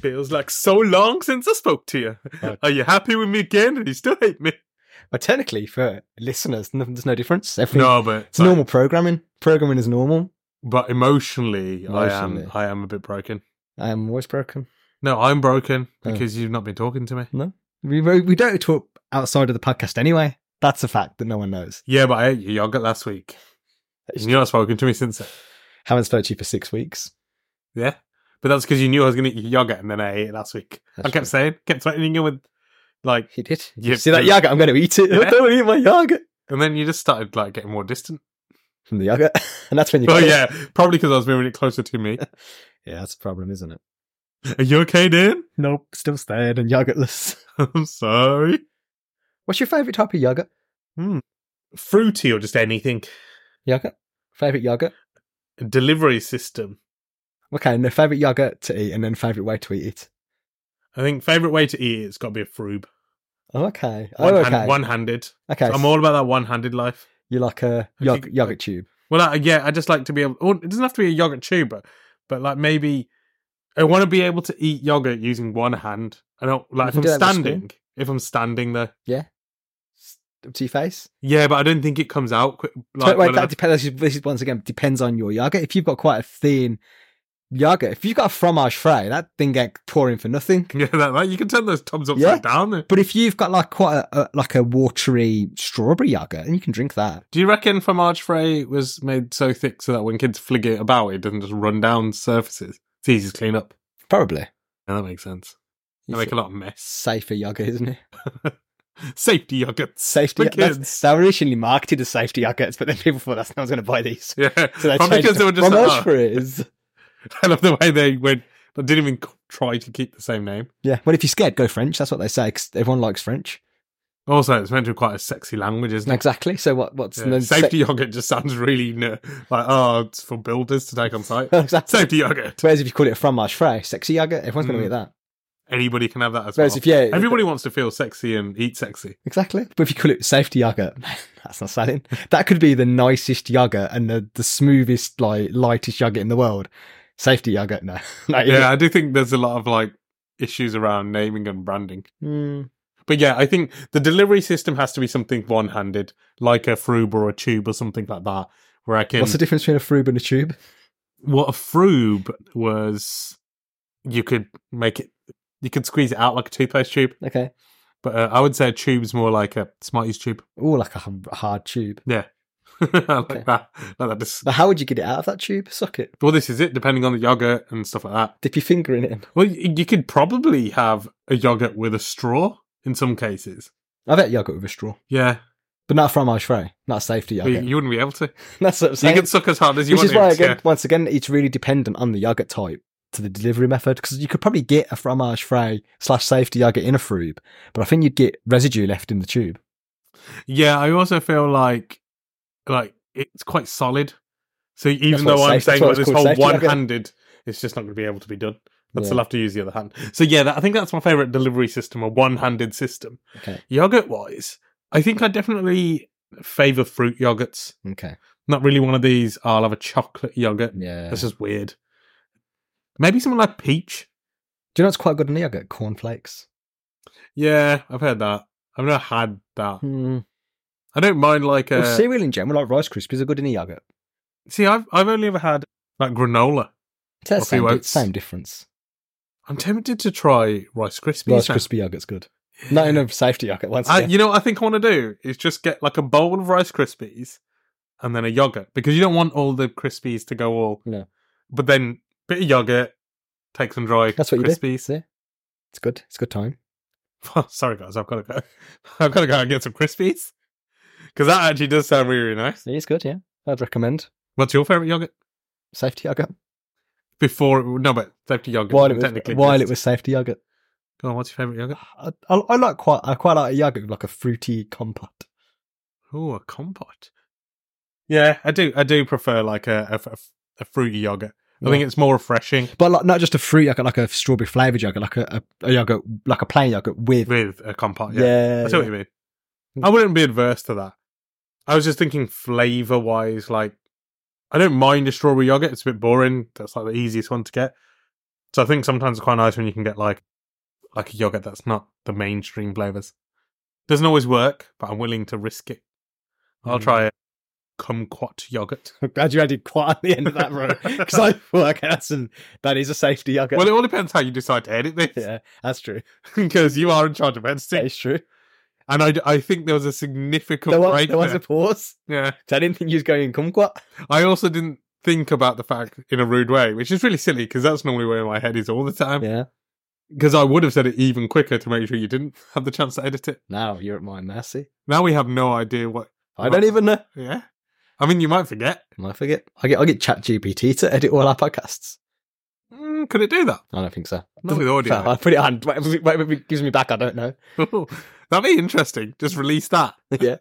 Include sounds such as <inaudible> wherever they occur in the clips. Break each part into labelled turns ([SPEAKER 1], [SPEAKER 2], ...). [SPEAKER 1] Feels like so long since I spoke to you.
[SPEAKER 2] Right.
[SPEAKER 1] Are you happy with me again? Do you still hate me?
[SPEAKER 2] Well, technically, for listeners, no- there's no difference. Everything,
[SPEAKER 1] No, but
[SPEAKER 2] it's normal programming. Programming is normal.
[SPEAKER 1] But emotionally,
[SPEAKER 2] Emotionally.
[SPEAKER 1] I am I am a bit broken.
[SPEAKER 2] I am always broken.
[SPEAKER 1] No, I'm broken
[SPEAKER 2] Oh.
[SPEAKER 1] because you've not been talking to me.
[SPEAKER 2] We we we don't talk outside of the podcast anyway. That's a fact that no one knows.
[SPEAKER 1] Yeah, but I ate your yogurt last week.
[SPEAKER 2] That is
[SPEAKER 1] You've not spoken to me since then.
[SPEAKER 2] Haven't spoke to you for six weeks.
[SPEAKER 1] Yeah. But that's because you knew I was going to eat your yogurt and then I ate it last week.
[SPEAKER 2] That's
[SPEAKER 1] I kept saying, kept threatening you with, like,
[SPEAKER 2] He did.
[SPEAKER 1] You-
[SPEAKER 2] See that yogurt? I'm going to
[SPEAKER 1] <laughs>
[SPEAKER 2] eat it.
[SPEAKER 1] Yeah.
[SPEAKER 2] I don't want to eat my yogurt
[SPEAKER 1] and then you just started, like, getting more
[SPEAKER 2] <laughs>
[SPEAKER 1] distant.
[SPEAKER 2] from the yogurt, <laughs> and that's when you.
[SPEAKER 1] Oh,
[SPEAKER 2] go,
[SPEAKER 1] yeah. Probably because I was moving it closer to
[SPEAKER 2] <laughs>
[SPEAKER 1] me.
[SPEAKER 2] yeah. That's a problem, isn't it?
[SPEAKER 1] Are you okay, Dan?
[SPEAKER 2] Nope. Still staying and yogurtless.
[SPEAKER 1] <laughs>
[SPEAKER 2] <laughs>
[SPEAKER 1] I'm sorry.
[SPEAKER 2] What's your favorite type of yogurt?
[SPEAKER 1] Fruity or just anything.
[SPEAKER 2] Yogurt. Favorite yogurt.
[SPEAKER 1] Delivery system.
[SPEAKER 2] Okay, no favorite yogurt to eat, and then favorite way to eat it.
[SPEAKER 1] I think favourite way to eat it, it's got to be a froob.
[SPEAKER 2] Oh, okay. Oh,
[SPEAKER 1] One
[SPEAKER 2] okay.
[SPEAKER 1] hand- one-handed.
[SPEAKER 2] okay.
[SPEAKER 1] I'm all about that one-handed life.
[SPEAKER 2] You're like a yog- yogurt tube.
[SPEAKER 1] Well, I, yeah, I just like to be able. Or it doesn't have to be a yogurt tube, but, but like maybe I want to be able to eat yogurt using one hand. I don't like if
[SPEAKER 2] You
[SPEAKER 1] I'm
[SPEAKER 2] can do that with a
[SPEAKER 1] standing. If I'm standing there,
[SPEAKER 2] Up to your face.
[SPEAKER 1] yeah, but I don't think it comes out. Quick,
[SPEAKER 2] Wait,
[SPEAKER 1] like,
[SPEAKER 2] wait,
[SPEAKER 1] when I-
[SPEAKER 2] that depends. This is, this is once again depends on your yogurt. If you've got quite a thin yogurt, if you've got a fromage fray, that thing get pouring for nothing.
[SPEAKER 1] <laughs> yeah, that, that- you can turn those tubs upside
[SPEAKER 2] Yeah.
[SPEAKER 1] down. There.
[SPEAKER 2] But if you've got like quite a, a like a watery strawberry yogurt, and you can drink that.
[SPEAKER 1] Do you reckon fromage frais was made so thick so that when kids flig it about, it doesn't just run down surfaces? It's easy to clean up.
[SPEAKER 2] Probably.
[SPEAKER 1] Yeah, that makes sense. They
[SPEAKER 2] You
[SPEAKER 1] make
[SPEAKER 2] see-
[SPEAKER 1] a lot of mess. <laughs>
[SPEAKER 2] Safer yogurt, isn't it?
[SPEAKER 1] Safety yogurts.
[SPEAKER 2] Safety.
[SPEAKER 1] For
[SPEAKER 2] that's-
[SPEAKER 1] kids.
[SPEAKER 2] They were originally marketed as safety yogurts, but then people thought that's no one's going to buy these.
[SPEAKER 1] Yeah,
[SPEAKER 2] So they
[SPEAKER 1] probably
[SPEAKER 2] changed
[SPEAKER 1] because they were just. Like,
[SPEAKER 2] fromage
[SPEAKER 1] "Oh."
[SPEAKER 2] frays.
[SPEAKER 1] I love the way they went. They didn't even try to keep the same name.
[SPEAKER 2] Yeah. Well, if you're scared, go French. That's what they say. 'cause everyone likes French.
[SPEAKER 1] Also, it's meant to be quite a sexy language, isn't it?
[SPEAKER 2] Exactly. So what? What's
[SPEAKER 1] Yeah.
[SPEAKER 2] no
[SPEAKER 1] Safety yogurt just sounds really ner- like oh, it's for builders to take on
[SPEAKER 2] <laughs>
[SPEAKER 1] site.
[SPEAKER 2] exactly.
[SPEAKER 1] Safety yogurt.
[SPEAKER 2] Whereas if you call it a fromage frais, sexy yogurt, everyone's going
[SPEAKER 1] Mm.
[SPEAKER 2] to eat that.
[SPEAKER 1] Anybody can have that as well.
[SPEAKER 2] Whereas if yeah,
[SPEAKER 1] Everybody wants to feel sexy and eat sexy.
[SPEAKER 2] exactly. But if you call it safety yogurt, <laughs> that's not selling. That could be the nicest yogurt and the, the smoothest, like lightest yogurt in the world. Safety yogurt, no, <laughs> Not even-
[SPEAKER 1] Yeah, I do think there's a lot of like issues around naming and branding.
[SPEAKER 2] Mm,
[SPEAKER 1] But yeah, I think the delivery system has to be something one-handed, like a froob or a tube or something like that, where I can.
[SPEAKER 2] What's the difference between a frube and a tube?
[SPEAKER 1] what a froob was, you could make it, you could squeeze it out like a toothpaste tube.
[SPEAKER 2] Okay.
[SPEAKER 1] But uh, I would say a tube's more like a Smarties tube. <laughs>
[SPEAKER 2] Oh, like a h- hard tube.
[SPEAKER 1] like
[SPEAKER 2] Okay.
[SPEAKER 1] that. Like that. Just,
[SPEAKER 2] But how would you get it out of that tube? Socket.
[SPEAKER 1] well, this is it, depending on the yogurt and stuff like that.
[SPEAKER 2] Dip your finger in it.
[SPEAKER 1] Well, y- you could probably have a yogurt with a straw in some cases.
[SPEAKER 2] I've had yogurt with a straw,
[SPEAKER 1] Yeah.
[SPEAKER 2] but not a fromage frais, not a safety
[SPEAKER 1] but you-
[SPEAKER 2] yogurt.
[SPEAKER 1] You wouldn't be able to.
[SPEAKER 2] <laughs> that's what I'm
[SPEAKER 1] You
[SPEAKER 2] saying.
[SPEAKER 1] could suck as hard as you want
[SPEAKER 2] Which is why,
[SPEAKER 1] to.
[SPEAKER 2] again,
[SPEAKER 1] yeah.
[SPEAKER 2] once again, it's really dependent on the yogurt type to the delivery method because you could probably get a fromage frais slash safety yogurt in a frube, but I think you'd get residue left in the tube.
[SPEAKER 1] Yeah, I also feel like like it's quite solid. So even
[SPEAKER 2] That's what
[SPEAKER 1] though I'm
[SPEAKER 2] it's safe-
[SPEAKER 1] saying about
[SPEAKER 2] that's what it's
[SPEAKER 1] this
[SPEAKER 2] called,
[SPEAKER 1] whole
[SPEAKER 2] safety yogurt.
[SPEAKER 1] one-handed, it's just not going to be able to be done. I'd
[SPEAKER 2] Yeah.
[SPEAKER 1] still have to use the other hand. So yeah, that, I think that's my favorite delivery system, a one-handed system.
[SPEAKER 2] Okay.
[SPEAKER 1] Yogurt-wise, I think I definitely favor fruit yogurts.
[SPEAKER 2] Okay.
[SPEAKER 1] Not really one of these. "Oh, I'll have a chocolate yogurt.
[SPEAKER 2] Yeah.
[SPEAKER 1] That's just weird. Maybe something like peach.
[SPEAKER 2] Do you know what's quite good in the yogurt? Cornflakes.
[SPEAKER 1] Yeah, I've heard that. I've never had that.
[SPEAKER 2] Hmm.
[SPEAKER 1] I don't mind like a.
[SPEAKER 2] Well, cereal in general, like Rice Krispies, are good in the yogurt.
[SPEAKER 1] see, I've I've only ever had like granola.
[SPEAKER 2] It's that
[SPEAKER 1] Coffee
[SPEAKER 2] same, di-
[SPEAKER 1] oats.
[SPEAKER 2] same difference.
[SPEAKER 1] I'm tempted to try Rice Krispies.
[SPEAKER 2] Rice
[SPEAKER 1] now.
[SPEAKER 2] Krispie yogurt's good. Not in a safety yogurt, once
[SPEAKER 1] I,
[SPEAKER 2] again.
[SPEAKER 1] you know what I think I want to do is just get like a bowl of Rice Krispies and then a yogurt because you don't want all the Krispies to go all.
[SPEAKER 2] No.
[SPEAKER 1] But then bit of yogurt, take some dry
[SPEAKER 2] That's what you do.
[SPEAKER 1] Krispies. <laughs>
[SPEAKER 2] See? It's good. It's good time.
[SPEAKER 1] Sorry guys, I've got to go. <laughs> I've got to go and get some Krispies because that actually does sound really, really nice.
[SPEAKER 2] It's good, yeah. I'd recommend.
[SPEAKER 1] What's your favorite yogurt?
[SPEAKER 2] safety yogurt
[SPEAKER 1] Before it, no, but safety yogurt
[SPEAKER 2] while it was
[SPEAKER 1] technically
[SPEAKER 2] while it
[SPEAKER 1] exists.
[SPEAKER 2] was safety yogurt.
[SPEAKER 1] Go on, what's your favourite yogurt?
[SPEAKER 2] I, I, I like quite I quite like a yogurt with like a fruity compote.
[SPEAKER 1] Oh, a compote. Yeah, I do. I do prefer like a a, f- a fruity yogurt. I
[SPEAKER 2] Yeah.
[SPEAKER 1] think it's more refreshing
[SPEAKER 2] But like not just a fruit yogurt, like a strawberry flavored yogurt, like a, a, a yogurt like a plain yogurt with
[SPEAKER 1] with a compote.
[SPEAKER 2] yeah.
[SPEAKER 1] Yeah, I see what you mean. I wouldn't be adverse to that. I was just thinking flavor wise, like I don't mind a strawberry yogurt. It's a bit boring. That's like the easiest one to get. So I think sometimes it's quite nice when you can get like like a yogurt that's not the mainstream flavors. Doesn't always work, but I'm willing to risk it. I'll
[SPEAKER 2] Mm.
[SPEAKER 1] try a kumquat yogurt.
[SPEAKER 2] I'm glad you added quite at the end of that row because I well, okay, that's an, that is a safety yogurt.
[SPEAKER 1] Well, it all depends how you decide to edit this.
[SPEAKER 2] yeah,
[SPEAKER 1] <laughs>
[SPEAKER 2] that's true.
[SPEAKER 1] because you are in charge of editing.
[SPEAKER 2] That is true.
[SPEAKER 1] And I, I think there was a significant
[SPEAKER 2] There was,
[SPEAKER 1] break.
[SPEAKER 2] there was a
[SPEAKER 1] there.
[SPEAKER 2] pause.
[SPEAKER 1] Yeah.
[SPEAKER 2] So I didn't think you was going in kumquat.
[SPEAKER 1] I also didn't think about the fact in a rude way, which is really silly because that's normally where my head is all the time.
[SPEAKER 2] Yeah.
[SPEAKER 1] Because I would have said it even quicker to make sure you didn't have the chance to edit it.
[SPEAKER 2] Now you're at my mercy.
[SPEAKER 1] Now we have no idea what.
[SPEAKER 2] I don't even know.
[SPEAKER 1] Yeah. I mean, you might forget.
[SPEAKER 2] I forget. I get I get Chat GPT to edit all our podcasts.
[SPEAKER 1] Mm, could it do that? <laughs>
[SPEAKER 2] I don't think so.
[SPEAKER 1] Not with audio.
[SPEAKER 2] I put it on. Whatever whatever it gives me back, I don't know. <laughs>
[SPEAKER 1] That'd be interesting. Just release that.
[SPEAKER 2] yeah.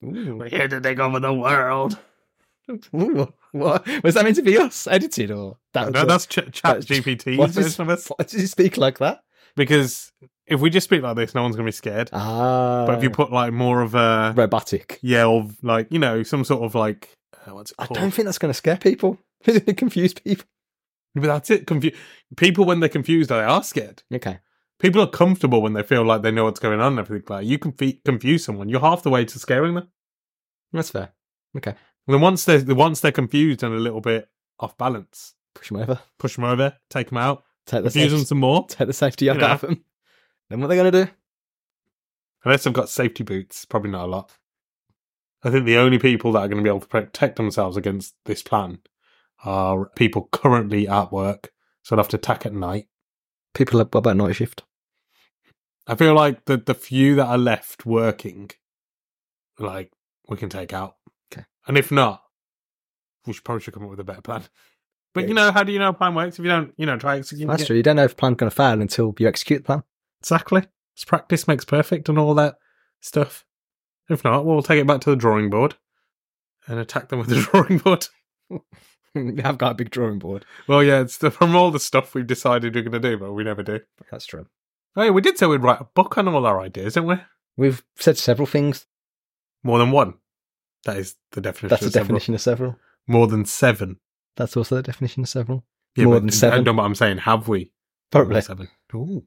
[SPEAKER 1] We're here to take over the world.
[SPEAKER 2] <laughs> Ooh, what was that meant to be us edited or that?
[SPEAKER 1] No, that's ch- chat
[SPEAKER 2] that's-
[SPEAKER 1] GPT.
[SPEAKER 2] <laughs> why does-
[SPEAKER 1] version of us.
[SPEAKER 2] <laughs> why did you speak like that?
[SPEAKER 1] Because if we just speak like this, no one's going to be scared.
[SPEAKER 2] Ah,
[SPEAKER 1] But if you put like more of a
[SPEAKER 2] <laughs> robotic.
[SPEAKER 1] yeah, or like you know, some sort of like uh, what's it
[SPEAKER 2] I
[SPEAKER 1] called?
[SPEAKER 2] don't think that's going to scare people. <laughs> It's going to confuse people.
[SPEAKER 1] But that's it. Confu- people when they're confused, they are scared.
[SPEAKER 2] Okay.
[SPEAKER 1] People are comfortable when they feel like they know what's going on and everything. Like that. you can fe- confuse someone, you're half the way to scaring them.
[SPEAKER 2] That's fair.
[SPEAKER 1] And then once they're once they're confused and a little bit off balance,
[SPEAKER 2] Push them over.
[SPEAKER 1] push them over, take them out,
[SPEAKER 2] Take the,
[SPEAKER 1] confuse them
[SPEAKER 2] safety,
[SPEAKER 1] some more.
[SPEAKER 2] take the safety yard
[SPEAKER 1] You know.
[SPEAKER 2] out of them. Then what are they going to do?
[SPEAKER 1] Unless they've got safety boots, probably not a lot. I think the only people that are going to be able to protect themselves against this plan are people currently at work, so they'll have to attack at night.
[SPEAKER 2] People are what about night shift.
[SPEAKER 1] I feel like the the few that are left working, like we can take out.
[SPEAKER 2] Okay.
[SPEAKER 1] And if not, we should probably should come up with a better plan. But
[SPEAKER 2] Yeah.
[SPEAKER 1] you know, how do you know how a plan works if you don't, you know, try executing
[SPEAKER 2] That's
[SPEAKER 1] it?
[SPEAKER 2] true. You don't know if plan's going to fail until you execute the plan.
[SPEAKER 1] Exactly. It's practice makes perfect and all that stuff. If not, we'll take it back to the drawing board and attack them with the <laughs> drawing board.
[SPEAKER 2] <laughs> we have got a big drawing board.
[SPEAKER 1] Well, yeah, it's the, from all the stuff we've decided we're going to do, but we never do.
[SPEAKER 2] That's true.
[SPEAKER 1] Oh, yeah, we did say we'd write a book on all our ideas, didn't we?
[SPEAKER 2] We've said several things.
[SPEAKER 1] More than one. That is the definition.
[SPEAKER 2] That's the
[SPEAKER 1] of several.
[SPEAKER 2] definition of several.
[SPEAKER 1] More than seven.
[SPEAKER 2] That's also the definition of several. More
[SPEAKER 1] but
[SPEAKER 2] than seven.
[SPEAKER 1] I know what I'm saying. Have we? More
[SPEAKER 2] Probably.
[SPEAKER 1] than Seven. Ooh.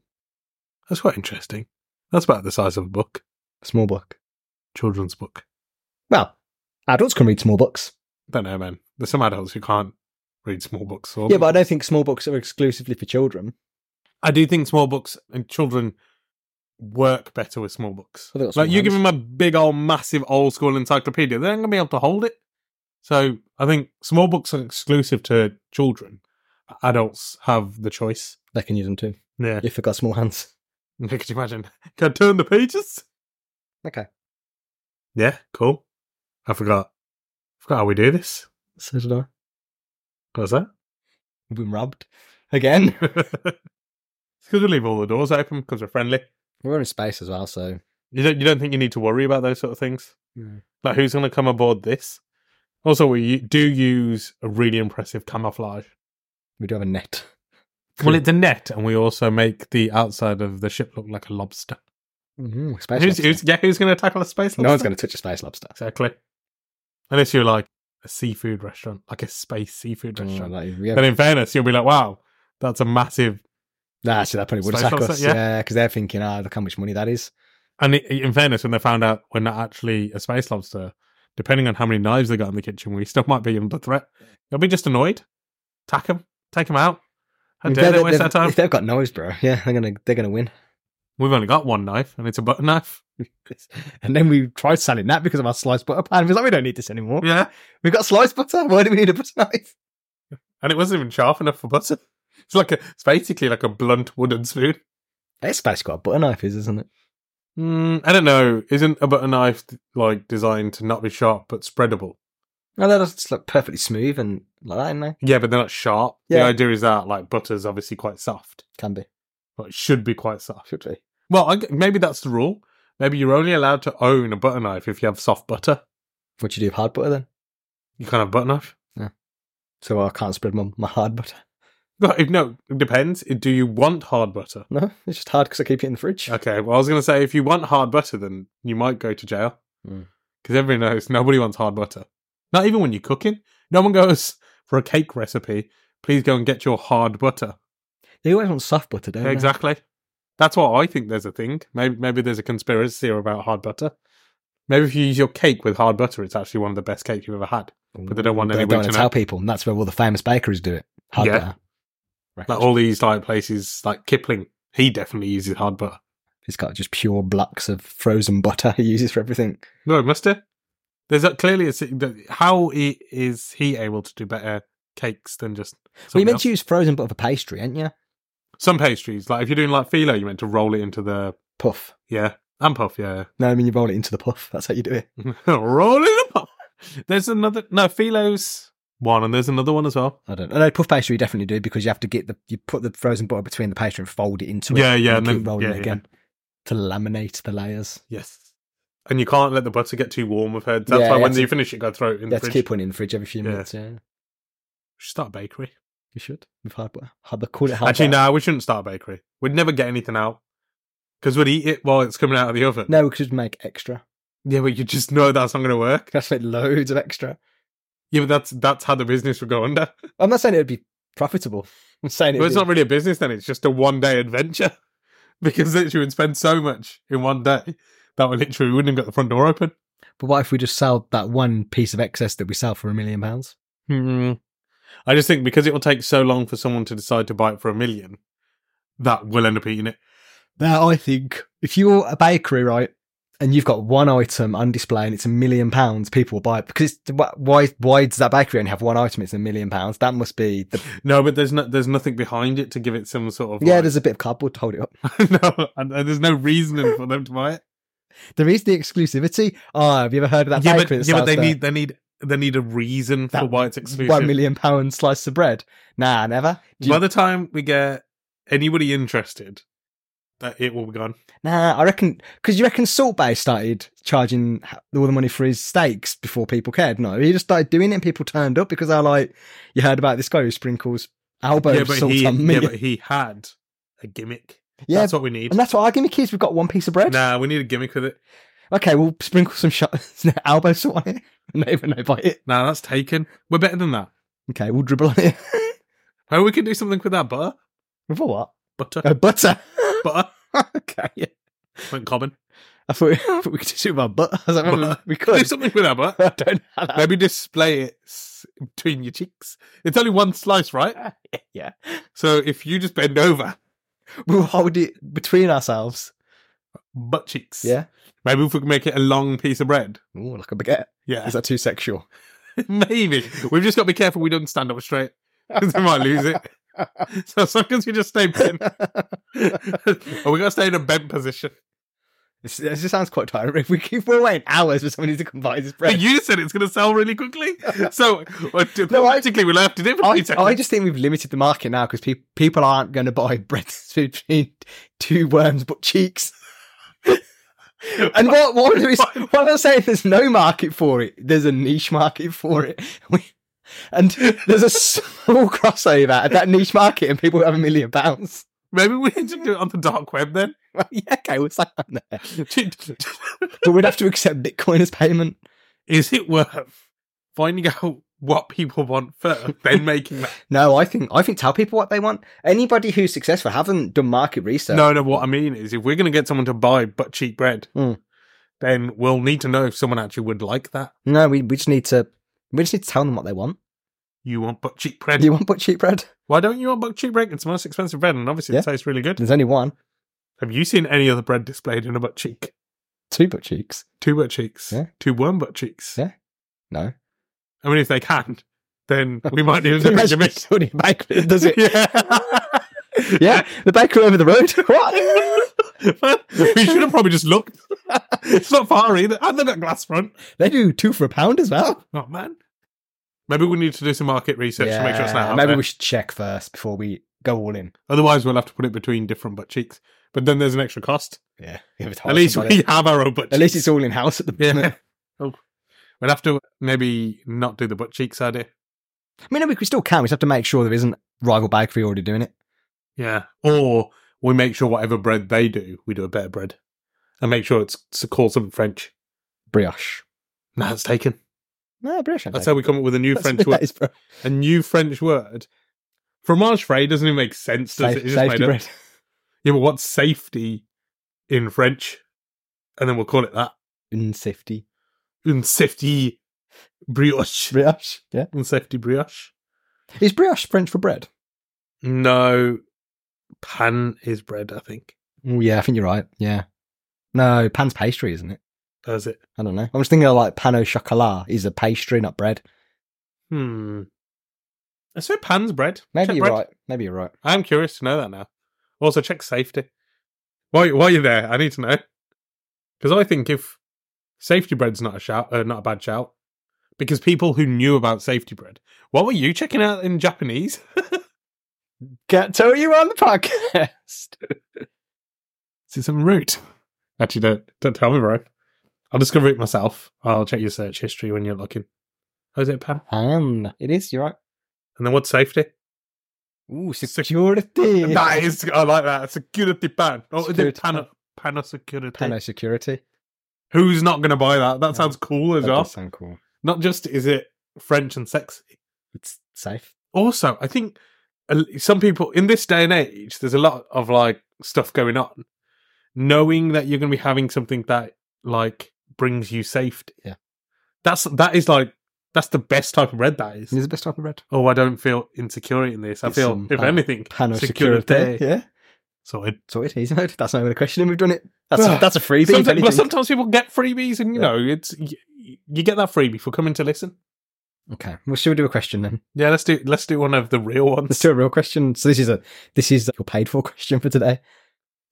[SPEAKER 1] That's quite interesting. That's about the size of a book,
[SPEAKER 2] Small book.
[SPEAKER 1] children's book.
[SPEAKER 2] Well, adults can read small books.
[SPEAKER 1] Don't know, man. There's some adults who can't read small books. Or
[SPEAKER 2] Yeah, but I don't think small books are exclusively for children.
[SPEAKER 1] I do think small books and children work better with small books.
[SPEAKER 2] I think that's
[SPEAKER 1] Like
[SPEAKER 2] what
[SPEAKER 1] you
[SPEAKER 2] mine
[SPEAKER 1] give
[SPEAKER 2] is.
[SPEAKER 1] them a big old massive old school encyclopedia, they're not gonna be able to hold it. So I think small books are exclusive to children. Adults have the choice.
[SPEAKER 2] They can use them too.
[SPEAKER 1] Yeah.
[SPEAKER 2] If they've got small hands. <laughs>
[SPEAKER 1] <laughs> Could you imagine? Can I turn the pages?
[SPEAKER 2] Okay.
[SPEAKER 1] Yeah, cool. I forgot. forgot how we do this.
[SPEAKER 2] So did I.
[SPEAKER 1] What was that? <laughs>
[SPEAKER 2] We've been robbed. Again.
[SPEAKER 1] because we leave all the doors open because we're friendly.
[SPEAKER 2] We're in space as well, so.
[SPEAKER 1] You don't. You don't think you need to worry about those sort of things? Like who's going to come aboard this? Also, we u- do use a really impressive camouflage.
[SPEAKER 2] We do have a net.
[SPEAKER 1] Well, it's a net, and we also make the outside of the ship look like a lobster.
[SPEAKER 2] <laughs> Mm-hmm. Space
[SPEAKER 1] Who's,
[SPEAKER 2] lobster.
[SPEAKER 1] who's, yeah, who's going to tackle a space lobster?
[SPEAKER 2] no one's going to touch a space lobster.
[SPEAKER 1] Exactly. Unless you're like a seafood restaurant, like a space seafood
[SPEAKER 2] Oh,
[SPEAKER 1] restaurant.
[SPEAKER 2] like, we have-
[SPEAKER 1] Then in fairness, you'll be like, wow, that's a massive.
[SPEAKER 2] nah, actually, that probably would
[SPEAKER 1] Space
[SPEAKER 2] attack
[SPEAKER 1] lobster,
[SPEAKER 2] us.
[SPEAKER 1] yeah.
[SPEAKER 2] Yeah, because they're thinking, ah, look how much money that is.
[SPEAKER 1] And i- in fairness, when they found out we're not actually a space lobster, depending on how many knives they got in the kitchen, we still <laughs> might be under threat. They'll be just annoyed. Tack them. Take them out. How
[SPEAKER 2] If
[SPEAKER 1] dare
[SPEAKER 2] they're-
[SPEAKER 1] they waste
[SPEAKER 2] they've-
[SPEAKER 1] our time?
[SPEAKER 2] If they've got knives, bro, yeah, they're gonna they're gonna win.
[SPEAKER 1] We've only got one knife, and it's a butter knife. <laughs>
[SPEAKER 2] And then we tried selling that because of our sliced butter pan. We was like, we don't need this anymore.
[SPEAKER 1] Yeah.
[SPEAKER 2] We've got sliced butter. Why do we need a butter knife?
[SPEAKER 1] And it wasn't even sharp enough for butter. <laughs> It's like a, it's basically like a blunt wooden spoon.
[SPEAKER 2] It's basically what a butter knife is, isn't it?
[SPEAKER 1] Mm, I don't know. Isn't a butter knife like designed to not be sharp but spreadable?
[SPEAKER 2] No, that does look perfectly smooth and like that, isn't they?
[SPEAKER 1] Yeah, but they're not sharp. The
[SPEAKER 2] Yeah.
[SPEAKER 1] idea is that like butter's obviously quite soft,
[SPEAKER 2] Can be.
[SPEAKER 1] but it should be quite soft.
[SPEAKER 2] Should be.
[SPEAKER 1] Well, I g maybe that's the rule. Maybe you're only allowed to own a butter knife if you have soft butter.
[SPEAKER 2] What you do with hard butter then?
[SPEAKER 1] You can't have a butter knife. <laughs>
[SPEAKER 2] So I can't spread my, my hard butter.
[SPEAKER 1] No, if- no, it depends. Do you want hard butter?
[SPEAKER 2] No, it's just hard because I keep it in the fridge.
[SPEAKER 1] Okay, well, I was going to say if you want hard butter, then you might go to jail.
[SPEAKER 2] Mm.
[SPEAKER 1] Because everyone knows nobody wants hard butter. Not even when you're cooking. No one goes <laughs> for a cake recipe. Please go and get your hard butter.
[SPEAKER 2] They always want soft butter, don't
[SPEAKER 1] Yeah,
[SPEAKER 2] they?
[SPEAKER 1] exactly. That's what I think there's a thing. Maybe, maybe there's a conspiracy about hard butter. Maybe if you use your cake with hard butter, it's actually one of the best cakes you've ever had. But they don't want
[SPEAKER 2] They
[SPEAKER 1] anyone
[SPEAKER 2] don't
[SPEAKER 1] to
[SPEAKER 2] want to
[SPEAKER 1] know.
[SPEAKER 2] tell people, and that's where all the famous bakeries do it. Hard
[SPEAKER 1] Yeah.
[SPEAKER 2] butter. Reckon
[SPEAKER 1] Like all these like places, like Kipling, he definitely uses hard butter.
[SPEAKER 2] He's got just pure blocks of frozen butter <laughs> he uses for everything.
[SPEAKER 1] No, must he? There's a, clearly a, si- that- how he, is he able to do better cakes than just
[SPEAKER 2] Well, you
[SPEAKER 1] something
[SPEAKER 2] meant
[SPEAKER 1] else?
[SPEAKER 2] to use frozen butter for pastry, ain't you?
[SPEAKER 1] some pastries. Like if you're doing like phyllo, you meant to roll it into the
[SPEAKER 2] Puff.
[SPEAKER 1] yeah and puff yeah <laughs>
[SPEAKER 2] No, I mean you roll it into the puff. That's how you do it.
[SPEAKER 1] roll it in a puff. There's another no phyllo's one and there's another one as well.
[SPEAKER 2] I don't know. No, puff pastry you definitely do because you have to get the you put the frozen butter between the pastry and fold it into it.
[SPEAKER 1] Yeah, yeah,
[SPEAKER 2] and,
[SPEAKER 1] and
[SPEAKER 2] keep
[SPEAKER 1] then-
[SPEAKER 2] rolling
[SPEAKER 1] yeah,
[SPEAKER 2] it again to laminate the layers.
[SPEAKER 1] Yes, and you can't let the butter get too warm with her. That's
[SPEAKER 2] Yeah,
[SPEAKER 1] why
[SPEAKER 2] you
[SPEAKER 1] when
[SPEAKER 2] have to-
[SPEAKER 1] you finish it, go throw it in
[SPEAKER 2] You
[SPEAKER 1] the
[SPEAKER 2] have to
[SPEAKER 1] fridge.
[SPEAKER 2] keep one in the fridge every few
[SPEAKER 1] Yeah.
[SPEAKER 2] minutes. Yeah,
[SPEAKER 1] Start a bakery.
[SPEAKER 2] you should with hard butter. Hard, they call it hard
[SPEAKER 1] Actually,
[SPEAKER 2] butter.
[SPEAKER 1] no, we shouldn't start a bakery. We'd never get anything out because we'd eat it while it's coming out of the oven.
[SPEAKER 2] No, because we'd make extra.
[SPEAKER 1] Yeah, but you just know that's not going to work.
[SPEAKER 2] That's like loads of extra.
[SPEAKER 1] Yeah, but that's that's how the business would go
[SPEAKER 2] <laughs>
[SPEAKER 1] under.
[SPEAKER 2] I'm not saying it would be profitable. I'm saying it.
[SPEAKER 1] Well,
[SPEAKER 2] would
[SPEAKER 1] it's
[SPEAKER 2] be-
[SPEAKER 1] not really a business then; it's just a one-day adventure <laughs> because literally we'd spend so much in one day that we literally wouldn't have got the front door open.
[SPEAKER 2] But what if we just sell that one piece of excess that we sell for a million pounds?
[SPEAKER 1] Hmm. I just think because it will take so long for someone to decide to buy it for a million, that we'll end up eating it.
[SPEAKER 2] Now, I think if you're a bakery, right, and you've got one item on display and it's a million pounds, people will buy it because it's, wh- why? Why does that bakery only have one item? It's a million pounds. That must be the
[SPEAKER 1] No, but there's no there's nothing behind it to give it some sort of
[SPEAKER 2] <laughs> yeah.
[SPEAKER 1] like-
[SPEAKER 2] There's a bit of cardboard to hold it up.
[SPEAKER 1] <laughs> no, and, and there's no reasoning for them to buy it.
[SPEAKER 2] There is the exclusivity. Ah, have you ever heard of that
[SPEAKER 1] yeah,
[SPEAKER 2] bakery?
[SPEAKER 1] but,
[SPEAKER 2] that
[SPEAKER 1] yeah, but
[SPEAKER 2] sells
[SPEAKER 1] they
[SPEAKER 2] the
[SPEAKER 1] need they need they need a reason for
[SPEAKER 2] That
[SPEAKER 1] why it's exclusive.
[SPEAKER 2] one million pound slice of bread. Nah, never. Do you-
[SPEAKER 1] By the time we get anybody interested, that it will be gone.
[SPEAKER 2] Nah, I reckon because you reckon Salt Bay started charging h- all the money for his steaks before people cared. No, he just started doing it and people turned up because I like you heard about this guy who sprinkles elbow
[SPEAKER 1] yeah, but
[SPEAKER 2] salt
[SPEAKER 1] he,
[SPEAKER 2] on me.
[SPEAKER 1] yeah, but he had a gimmick.
[SPEAKER 2] Yeah,
[SPEAKER 1] that's what we need.
[SPEAKER 2] and that's what our gimmick is. We've got one piece of bread.
[SPEAKER 1] Nah, we need a gimmick with it.
[SPEAKER 2] Okay, we'll sprinkle some sh- <laughs> elbow salt on it. Not even know about it.
[SPEAKER 1] Nah, that's taken. We're better than that.
[SPEAKER 2] Okay, we'll dribble on it. <laughs>
[SPEAKER 1] Oh, we could do something with that butter.
[SPEAKER 2] With a what?
[SPEAKER 1] Butter.
[SPEAKER 2] Oh, butter. <laughs>
[SPEAKER 1] butter. <laughs>
[SPEAKER 2] okay, yeah.
[SPEAKER 1] Went common.
[SPEAKER 2] I thought, <laughs> I thought we could just do it with our butter. <laughs> I was like, well,
[SPEAKER 1] Butter.
[SPEAKER 2] we
[SPEAKER 1] Do <laughs>
[SPEAKER 2] could. <laughs>
[SPEAKER 1] something with that butter.
[SPEAKER 2] I don't know. how
[SPEAKER 1] Maybe display it s- between your cheeks. It's only one slice, right?
[SPEAKER 2] that- <laughs> yeah.
[SPEAKER 1] So if you just bend over,
[SPEAKER 2] We'll hold it between ourselves.
[SPEAKER 1] butt cheeks.
[SPEAKER 2] Yeah.
[SPEAKER 1] Maybe if we could make it a long piece of bread.
[SPEAKER 2] Ooh, like a baguette.
[SPEAKER 1] Yeah.
[SPEAKER 2] Is that too sexual?
[SPEAKER 1] <laughs> Maybe. We've just got to be careful we don't stand up straight. <laughs> Because we might lose
[SPEAKER 2] <laughs>
[SPEAKER 1] it. So sometimes we just stay bent. or we got to stay in a bent position.
[SPEAKER 2] <laughs> This, this just sounds quite tiring. If we keep we're waiting hours for somebody to come buy this
[SPEAKER 1] But
[SPEAKER 2] bread,
[SPEAKER 1] you said it's going to sell really
[SPEAKER 2] <laughs>
[SPEAKER 1] quickly. So well, t-
[SPEAKER 2] No, I-
[SPEAKER 1] practically, we'll have to do it for
[SPEAKER 2] I,
[SPEAKER 1] three seconds.
[SPEAKER 2] I just think we've limited the market now because pe- people aren't going to buy <laughs> bread that's between two worms
[SPEAKER 1] <laughs>
[SPEAKER 2] but cheeks. And what what there is what I'm saying there's no market for it. There's a niche market for it. <laughs> We, and there's a small crossover at that niche market, and people have a million pounds. <laughs>
[SPEAKER 1] Maybe we need to do it on the dark web then.
[SPEAKER 2] Well, yeah, okay, we'll sign on there.
[SPEAKER 1] Dude,
[SPEAKER 2] But we'd have to accept Bitcoin as payment.
[SPEAKER 1] Is it worth finding out what people want first,
[SPEAKER 2] <laughs>
[SPEAKER 1] then making that?
[SPEAKER 2] No, I think I think tell people what they want. Anybody who's successful haven't done market research.
[SPEAKER 1] No, no, what I mean is if we're going to get someone to buy butt cheek bread,
[SPEAKER 2] Hmm.
[SPEAKER 1] then we'll need to know if someone actually would like that.
[SPEAKER 2] no, we, we just need to we just need to tell them what they want.
[SPEAKER 1] You want butt cheek bread?
[SPEAKER 2] Do you want but cheap bread?
[SPEAKER 1] Why don't you want buck cheek bread? It's the most expensive bread, and obviously
[SPEAKER 2] Yeah.
[SPEAKER 1] it tastes really good.
[SPEAKER 2] There's only one,
[SPEAKER 1] Have you seen any other bread displayed in a butt cheek?
[SPEAKER 2] two butt cheeks.
[SPEAKER 1] Two butt cheeks,
[SPEAKER 2] Yeah.
[SPEAKER 1] two worm butt cheeks.
[SPEAKER 2] Yeah.
[SPEAKER 1] <laughs>
[SPEAKER 2] No,
[SPEAKER 1] I mean, if they can,
[SPEAKER 2] <laughs>
[SPEAKER 1] then we might need a different
[SPEAKER 2] Imagine
[SPEAKER 1] gimmick.
[SPEAKER 2] somebody in a bakery that does it?
[SPEAKER 1] <laughs> Yeah.
[SPEAKER 2] <laughs> yeah, the bakery over the road. <laughs> what?
[SPEAKER 1] <laughs>
[SPEAKER 2] <laughs>
[SPEAKER 1] we should have probably just looked. <laughs> it's not far either. And then at glass front.
[SPEAKER 2] They do two for a pound as well.
[SPEAKER 1] Oh man, Maybe we need to do some market research to make sure it's
[SPEAKER 2] Yeah,
[SPEAKER 1] not out
[SPEAKER 2] Maybe
[SPEAKER 1] there.
[SPEAKER 2] we should check first before we go all in.
[SPEAKER 1] Otherwise, we'll have to put it between different butt cheeks. But then there's an extra cost.
[SPEAKER 2] Yeah. <laughs> Give it
[SPEAKER 1] At least
[SPEAKER 2] somebody.
[SPEAKER 1] we <laughs> have our own butt cheeks.
[SPEAKER 2] <laughs> At least it's all in house <laughs> at the moment.
[SPEAKER 1] Yeah. <laughs> oh. We'd have to maybe not do the butt cheeks idea.
[SPEAKER 2] I mean, we still can. We just have to make sure there isn't rival bakery already doing it.
[SPEAKER 1] Yeah. Or we make sure whatever bread they do, we do a better bread. And make sure it's, it's called something French.
[SPEAKER 2] Brioche.
[SPEAKER 1] Nah, it's taken.
[SPEAKER 2] No, brioche. I'd
[SPEAKER 1] That's
[SPEAKER 2] say.
[SPEAKER 1] how we come up with a new
[SPEAKER 2] <laughs> That's
[SPEAKER 1] French
[SPEAKER 2] what
[SPEAKER 1] word.
[SPEAKER 2] that is, bro.
[SPEAKER 1] A new French word. Fromage frais doesn't even make sense, does
[SPEAKER 2] Safe-
[SPEAKER 1] it? It's just made
[SPEAKER 2] safety
[SPEAKER 1] up.
[SPEAKER 2] bread. <laughs>
[SPEAKER 1] Yeah, but what's safety in French? And then we'll call it that.
[SPEAKER 2] In Mm, safety.
[SPEAKER 1] Une safety brioche.
[SPEAKER 2] Brioche. Yeah.
[SPEAKER 1] Une safety brioche.
[SPEAKER 2] Is brioche French for bread?
[SPEAKER 1] No, pan is bread, I Mm, think.
[SPEAKER 2] Oh, yeah, I think you're right. Yeah. No, pan's pastry, isn't it?
[SPEAKER 1] Does it?
[SPEAKER 2] I don't know. I was thinking of like pan au chocolat is a pastry, not bread.
[SPEAKER 1] Hmm. I say pan's bread.
[SPEAKER 2] Maybe
[SPEAKER 1] Check
[SPEAKER 2] you're
[SPEAKER 1] bread.
[SPEAKER 2] right. Maybe you're right.
[SPEAKER 1] I'm curious to know that now. Also, check safety. While, while you're there, I need to know. Because I think if safety bread's not a shout, uh, not a bad shout, because people who knew about safety bread, what were you checking out in Japanese?
[SPEAKER 2] Can't tell you on the podcast. <laughs>
[SPEAKER 1] Is it some root? Actually, don't don't tell me, bro. I'll discover it myself. I'll check your search history when you're looking. Oh, is it pan?
[SPEAKER 2] Pan. It is. You're right.
[SPEAKER 1] And then what's safety?
[SPEAKER 2] Ooh,
[SPEAKER 1] Sec- <laughs>
[SPEAKER 2] security.
[SPEAKER 1] That is, I like that. Security pan. Oh, is it
[SPEAKER 2] Security
[SPEAKER 1] pan? Pan security.
[SPEAKER 2] Pan au security.
[SPEAKER 1] Who's not going to buy that? That sounds cool as
[SPEAKER 2] That
[SPEAKER 1] well.
[SPEAKER 2] does sound cool.
[SPEAKER 1] Not just is it French and sexy.
[SPEAKER 2] It's safe.
[SPEAKER 1] Also, I think uh, some people in this day and age, there's a lot of like stuff going on. Knowing that you're going to be having something that like brings you safety.
[SPEAKER 2] Yeah.
[SPEAKER 1] That's that is like that's the best type of bread that is.
[SPEAKER 2] It is the best type of bread.
[SPEAKER 1] Oh, I don't feel insecure in this. I
[SPEAKER 2] It's
[SPEAKER 1] feel,
[SPEAKER 2] some
[SPEAKER 1] if
[SPEAKER 2] pan-
[SPEAKER 1] anything,
[SPEAKER 2] Pan au
[SPEAKER 1] Security.
[SPEAKER 2] security. Yeah.
[SPEAKER 1] so it
[SPEAKER 2] So it is. That's not even a question. We've done it. That's a, that's a freebie. if
[SPEAKER 1] Sometimes, Ah, well,
[SPEAKER 2] anything.
[SPEAKER 1] sometimes people get freebies, and you
[SPEAKER 2] Yeah.
[SPEAKER 1] know, it's you, you get that freebie for coming to listen.
[SPEAKER 2] Okay. Well, should we do a question then?
[SPEAKER 1] Yeah, let's do let's do one of the real
[SPEAKER 2] Let's
[SPEAKER 1] ones.
[SPEAKER 2] do a real question. So this is a this is your paid for <laughs> question for today.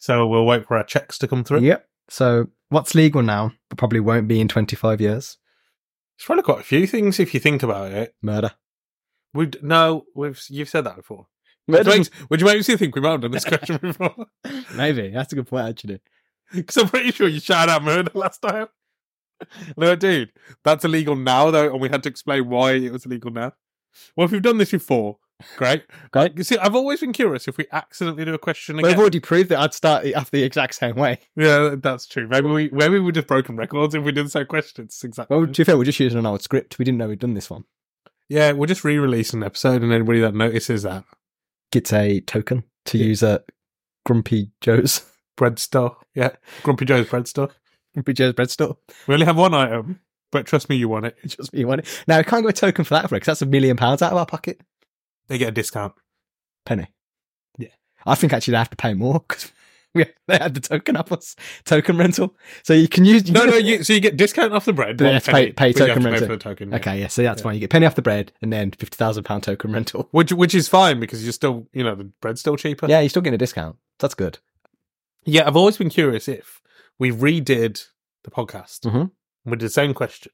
[SPEAKER 1] So we'll wait for our checks to come through.
[SPEAKER 2] Yep. So what's legal now, but probably won't be in 25 years?
[SPEAKER 1] It's probably quite a few things if you think about it.
[SPEAKER 2] Murder.
[SPEAKER 1] We d- no, we've you've said that before. Which <laughs>
[SPEAKER 2] Murder.
[SPEAKER 1] makes, which makes you think we might have done this question <laughs> before,
[SPEAKER 2] Maybe that's a good point actually.
[SPEAKER 1] because I'm pretty sure you shouted out murder <laughs> last time. No, dude, that's illegal now though, and we had to explain why it was illegal now. Well, if we've done this before, great.
[SPEAKER 2] Great.
[SPEAKER 1] You see, I've always been curious if we accidentally do a question again.
[SPEAKER 2] We've already proved that I'd start it after the exact same way.
[SPEAKER 1] Yeah, that's true. Maybe we maybe we just broken records if we didn't say questions exactly.
[SPEAKER 2] Well, to be fair, we're just using an old script. We didn't know we'd done this one.
[SPEAKER 1] yeah, we'll just re-release an episode, and anybody that notices that
[SPEAKER 2] Gets a token to
[SPEAKER 1] Yeah.
[SPEAKER 2] use at Grumpy Joe's. <laughs>
[SPEAKER 1] bread store. Yeah, Grumpy Joe's bread store.
[SPEAKER 2] Grumpy Joe's bread store. <laughs>
[SPEAKER 1] We only have one item, but trust me, you want it.
[SPEAKER 2] Just me one. Now we can't get a token for that, because that's a million pounds out of our pocket.
[SPEAKER 1] They get a
[SPEAKER 2] <laughs>
[SPEAKER 1] discount.
[SPEAKER 2] Penny.
[SPEAKER 1] Yeah.
[SPEAKER 2] I think actually they have to pay more <laughs> because we they had the token up us token rental. So you can use
[SPEAKER 1] No, no. You, so you get discount off the bread.
[SPEAKER 2] But
[SPEAKER 1] one
[SPEAKER 2] they have to pay-
[SPEAKER 1] penny, but
[SPEAKER 2] pay
[SPEAKER 1] you have
[SPEAKER 2] token
[SPEAKER 1] to
[SPEAKER 2] rent
[SPEAKER 1] for the token. yeah.
[SPEAKER 2] <laughs> Okay, yeah, so that's
[SPEAKER 1] Yeah.
[SPEAKER 2] fine. You get penny off the bread and then fifty thousand pound token rental. <laughs>
[SPEAKER 1] Which which is fine because you're still you know the bread's still cheaper.
[SPEAKER 2] Yeah, you're still getting a discount. That's good.
[SPEAKER 1] Yeah, I've always been curious if we redid the podcast
[SPEAKER 2] Mhm.
[SPEAKER 1] with the same question,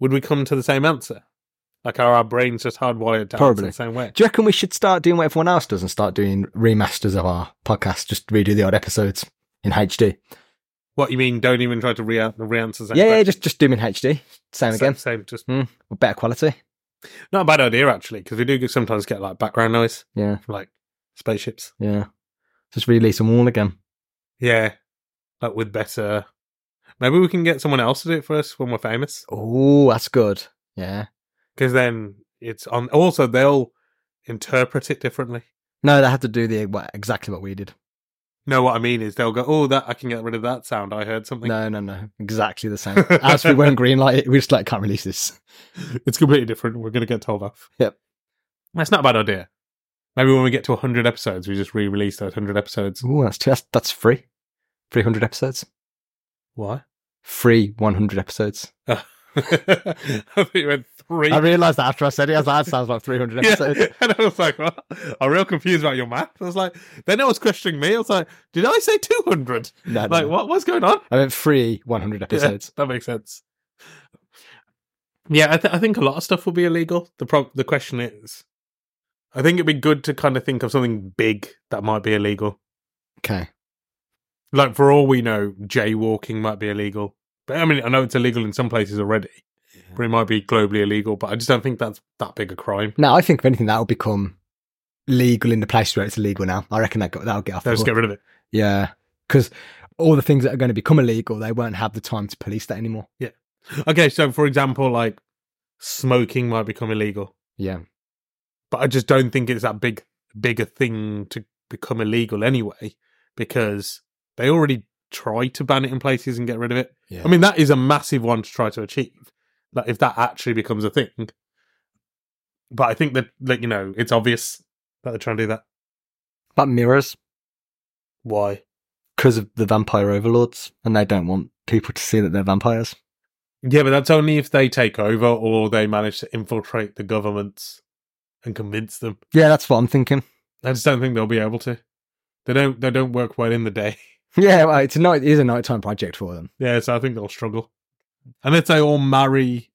[SPEAKER 1] would we come to the same answer? Like are our brains just hardwired to answer
[SPEAKER 2] Probably.
[SPEAKER 1] the same way?
[SPEAKER 2] Do you reckon we should start doing what everyone else does and start doing remasters of our podcast? Just redo the odd episodes in HD.
[SPEAKER 1] What you mean? Don't even try to re- re-answer. the same
[SPEAKER 2] Yeah, yeah,
[SPEAKER 1] question?
[SPEAKER 2] just just do them in HD. Same
[SPEAKER 1] Same-
[SPEAKER 2] again,
[SPEAKER 1] Same, just
[SPEAKER 2] with better quality.
[SPEAKER 1] not a bad idea actually, because we do get- sometimes get like background noise,
[SPEAKER 2] Yeah,
[SPEAKER 1] from, like spaceships.
[SPEAKER 2] yeah. Just release them all again.
[SPEAKER 1] Yeah, like with better. Maybe we can get someone else to do it for us when we're famous,
[SPEAKER 2] Oh, that's good. Yeah.
[SPEAKER 1] because then it's on. Also, they'll interpret it differently.
[SPEAKER 2] No, they had to do the what, exactly what we did.
[SPEAKER 1] No, what I mean is they'll go, "Oh, that I can get rid of that sound. I heard something."
[SPEAKER 2] No, no, no. Exactly the same. As we won't greenlight it, we just like can't release this.
[SPEAKER 1] <laughs> It's completely different. We're gonna get told off.
[SPEAKER 2] Yep.
[SPEAKER 1] that's not a bad idea. Maybe when we get to hundred episodes, we just re-release those hundred episodes.
[SPEAKER 2] Ooh, that's that's, that's free. Three hundred episodes.
[SPEAKER 1] Why?
[SPEAKER 2] Free one hundred episodes.
[SPEAKER 1] <laughs> I thought you went three.
[SPEAKER 2] I realised that after I said it, I was like, that sounds like three hundred
[SPEAKER 1] <laughs>
[SPEAKER 2] episodes.
[SPEAKER 1] Yeah. <laughs> And I was like, what? I'm real confused about your math. I was like, then I was questioning me. I was like, did I say 200?
[SPEAKER 2] No, no,
[SPEAKER 1] Like,
[SPEAKER 2] no.
[SPEAKER 1] what? what's going on?
[SPEAKER 2] I meant free one hundred
[SPEAKER 1] Yeah,
[SPEAKER 2] episodes.
[SPEAKER 1] that makes sense. Yeah, I, th- I think a lot of stuff will be illegal. The pro- the question is, I think it'd be good to kind of think of something big that might be illegal.
[SPEAKER 2] Okay.
[SPEAKER 1] Like for all we know, jaywalking might be illegal. But I mean, I know it's illegal in some places already, but it might be globally illegal. But I just don't think that's that big a crime.
[SPEAKER 2] Now, I think if anything, that'll become legal in the place where it's illegal now. I reckon that got, that'll get off.
[SPEAKER 1] They'll
[SPEAKER 2] the
[SPEAKER 1] just get
[SPEAKER 2] hook.
[SPEAKER 1] rid of it.
[SPEAKER 2] Yeah. Because all the things that are going to become illegal, they won't have the time to police that anymore.
[SPEAKER 1] Okay, so for example, like smoking might become illegal,
[SPEAKER 2] Yeah.
[SPEAKER 1] but I just don't think it's that big big a thing to become illegal anyway because they already try to ban it in places and get rid of it.
[SPEAKER 2] Yeah.
[SPEAKER 1] I mean, that is a massive one to try to achieve. Like, if that actually becomes a thing. But I think that, like, you know, it's obvious that they're trying to do that.
[SPEAKER 2] but mirrors
[SPEAKER 1] Why?
[SPEAKER 2] because of the vampire overlords, and they don't want people to see that they're vampires.
[SPEAKER 1] Yeah, but that's only if they take over or they manage to infiltrate the governments and convince them.
[SPEAKER 2] Yeah, that's what I'm thinking. <laughs>
[SPEAKER 1] I just don't think they'll be able to. They don't. They don't work well in the day.
[SPEAKER 2] Yeah, well, it's a night. It is a nighttime project for them.
[SPEAKER 1] Yeah, so I think they'll struggle. Unless they all marry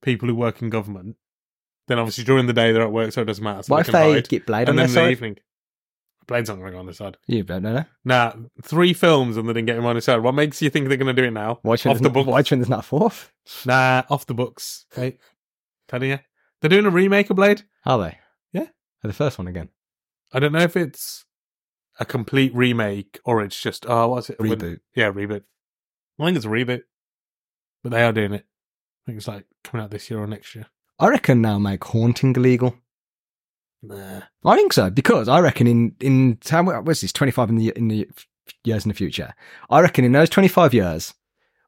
[SPEAKER 1] people who work in government, then obviously during the day they're at work, so it doesn't matter. So
[SPEAKER 2] what if
[SPEAKER 1] can
[SPEAKER 2] they
[SPEAKER 1] hide.
[SPEAKER 2] get Blade
[SPEAKER 1] and
[SPEAKER 2] on their
[SPEAKER 1] then in the
[SPEAKER 2] side?
[SPEAKER 1] evening, Blade's not going to go on the side.
[SPEAKER 2] You don't know.
[SPEAKER 1] Nah, three films and they didn't get him on his side. What makes you think they're going to do it now?
[SPEAKER 2] Why
[SPEAKER 1] off the
[SPEAKER 2] not,
[SPEAKER 1] books.
[SPEAKER 2] why shouldn't there's not a fourth?
[SPEAKER 1] Nah, off the books. Hey, telling you, they're doing a remake of Blade.
[SPEAKER 2] Are they?
[SPEAKER 1] Yeah.
[SPEAKER 2] They're the first one again.
[SPEAKER 1] I don't know if it's a complete remake or it's just oh, what's it? When-
[SPEAKER 2] Reboot.
[SPEAKER 1] yeah, reboot. I think it's a reboot, but they are doing it. I think it's like coming out this year or next year.
[SPEAKER 2] I reckon they'll make haunting illegal.
[SPEAKER 1] Nah,
[SPEAKER 2] I think so because I reckon in in how mu- what's this twenty five in the in the f- years in the future. I reckon in those twenty five years,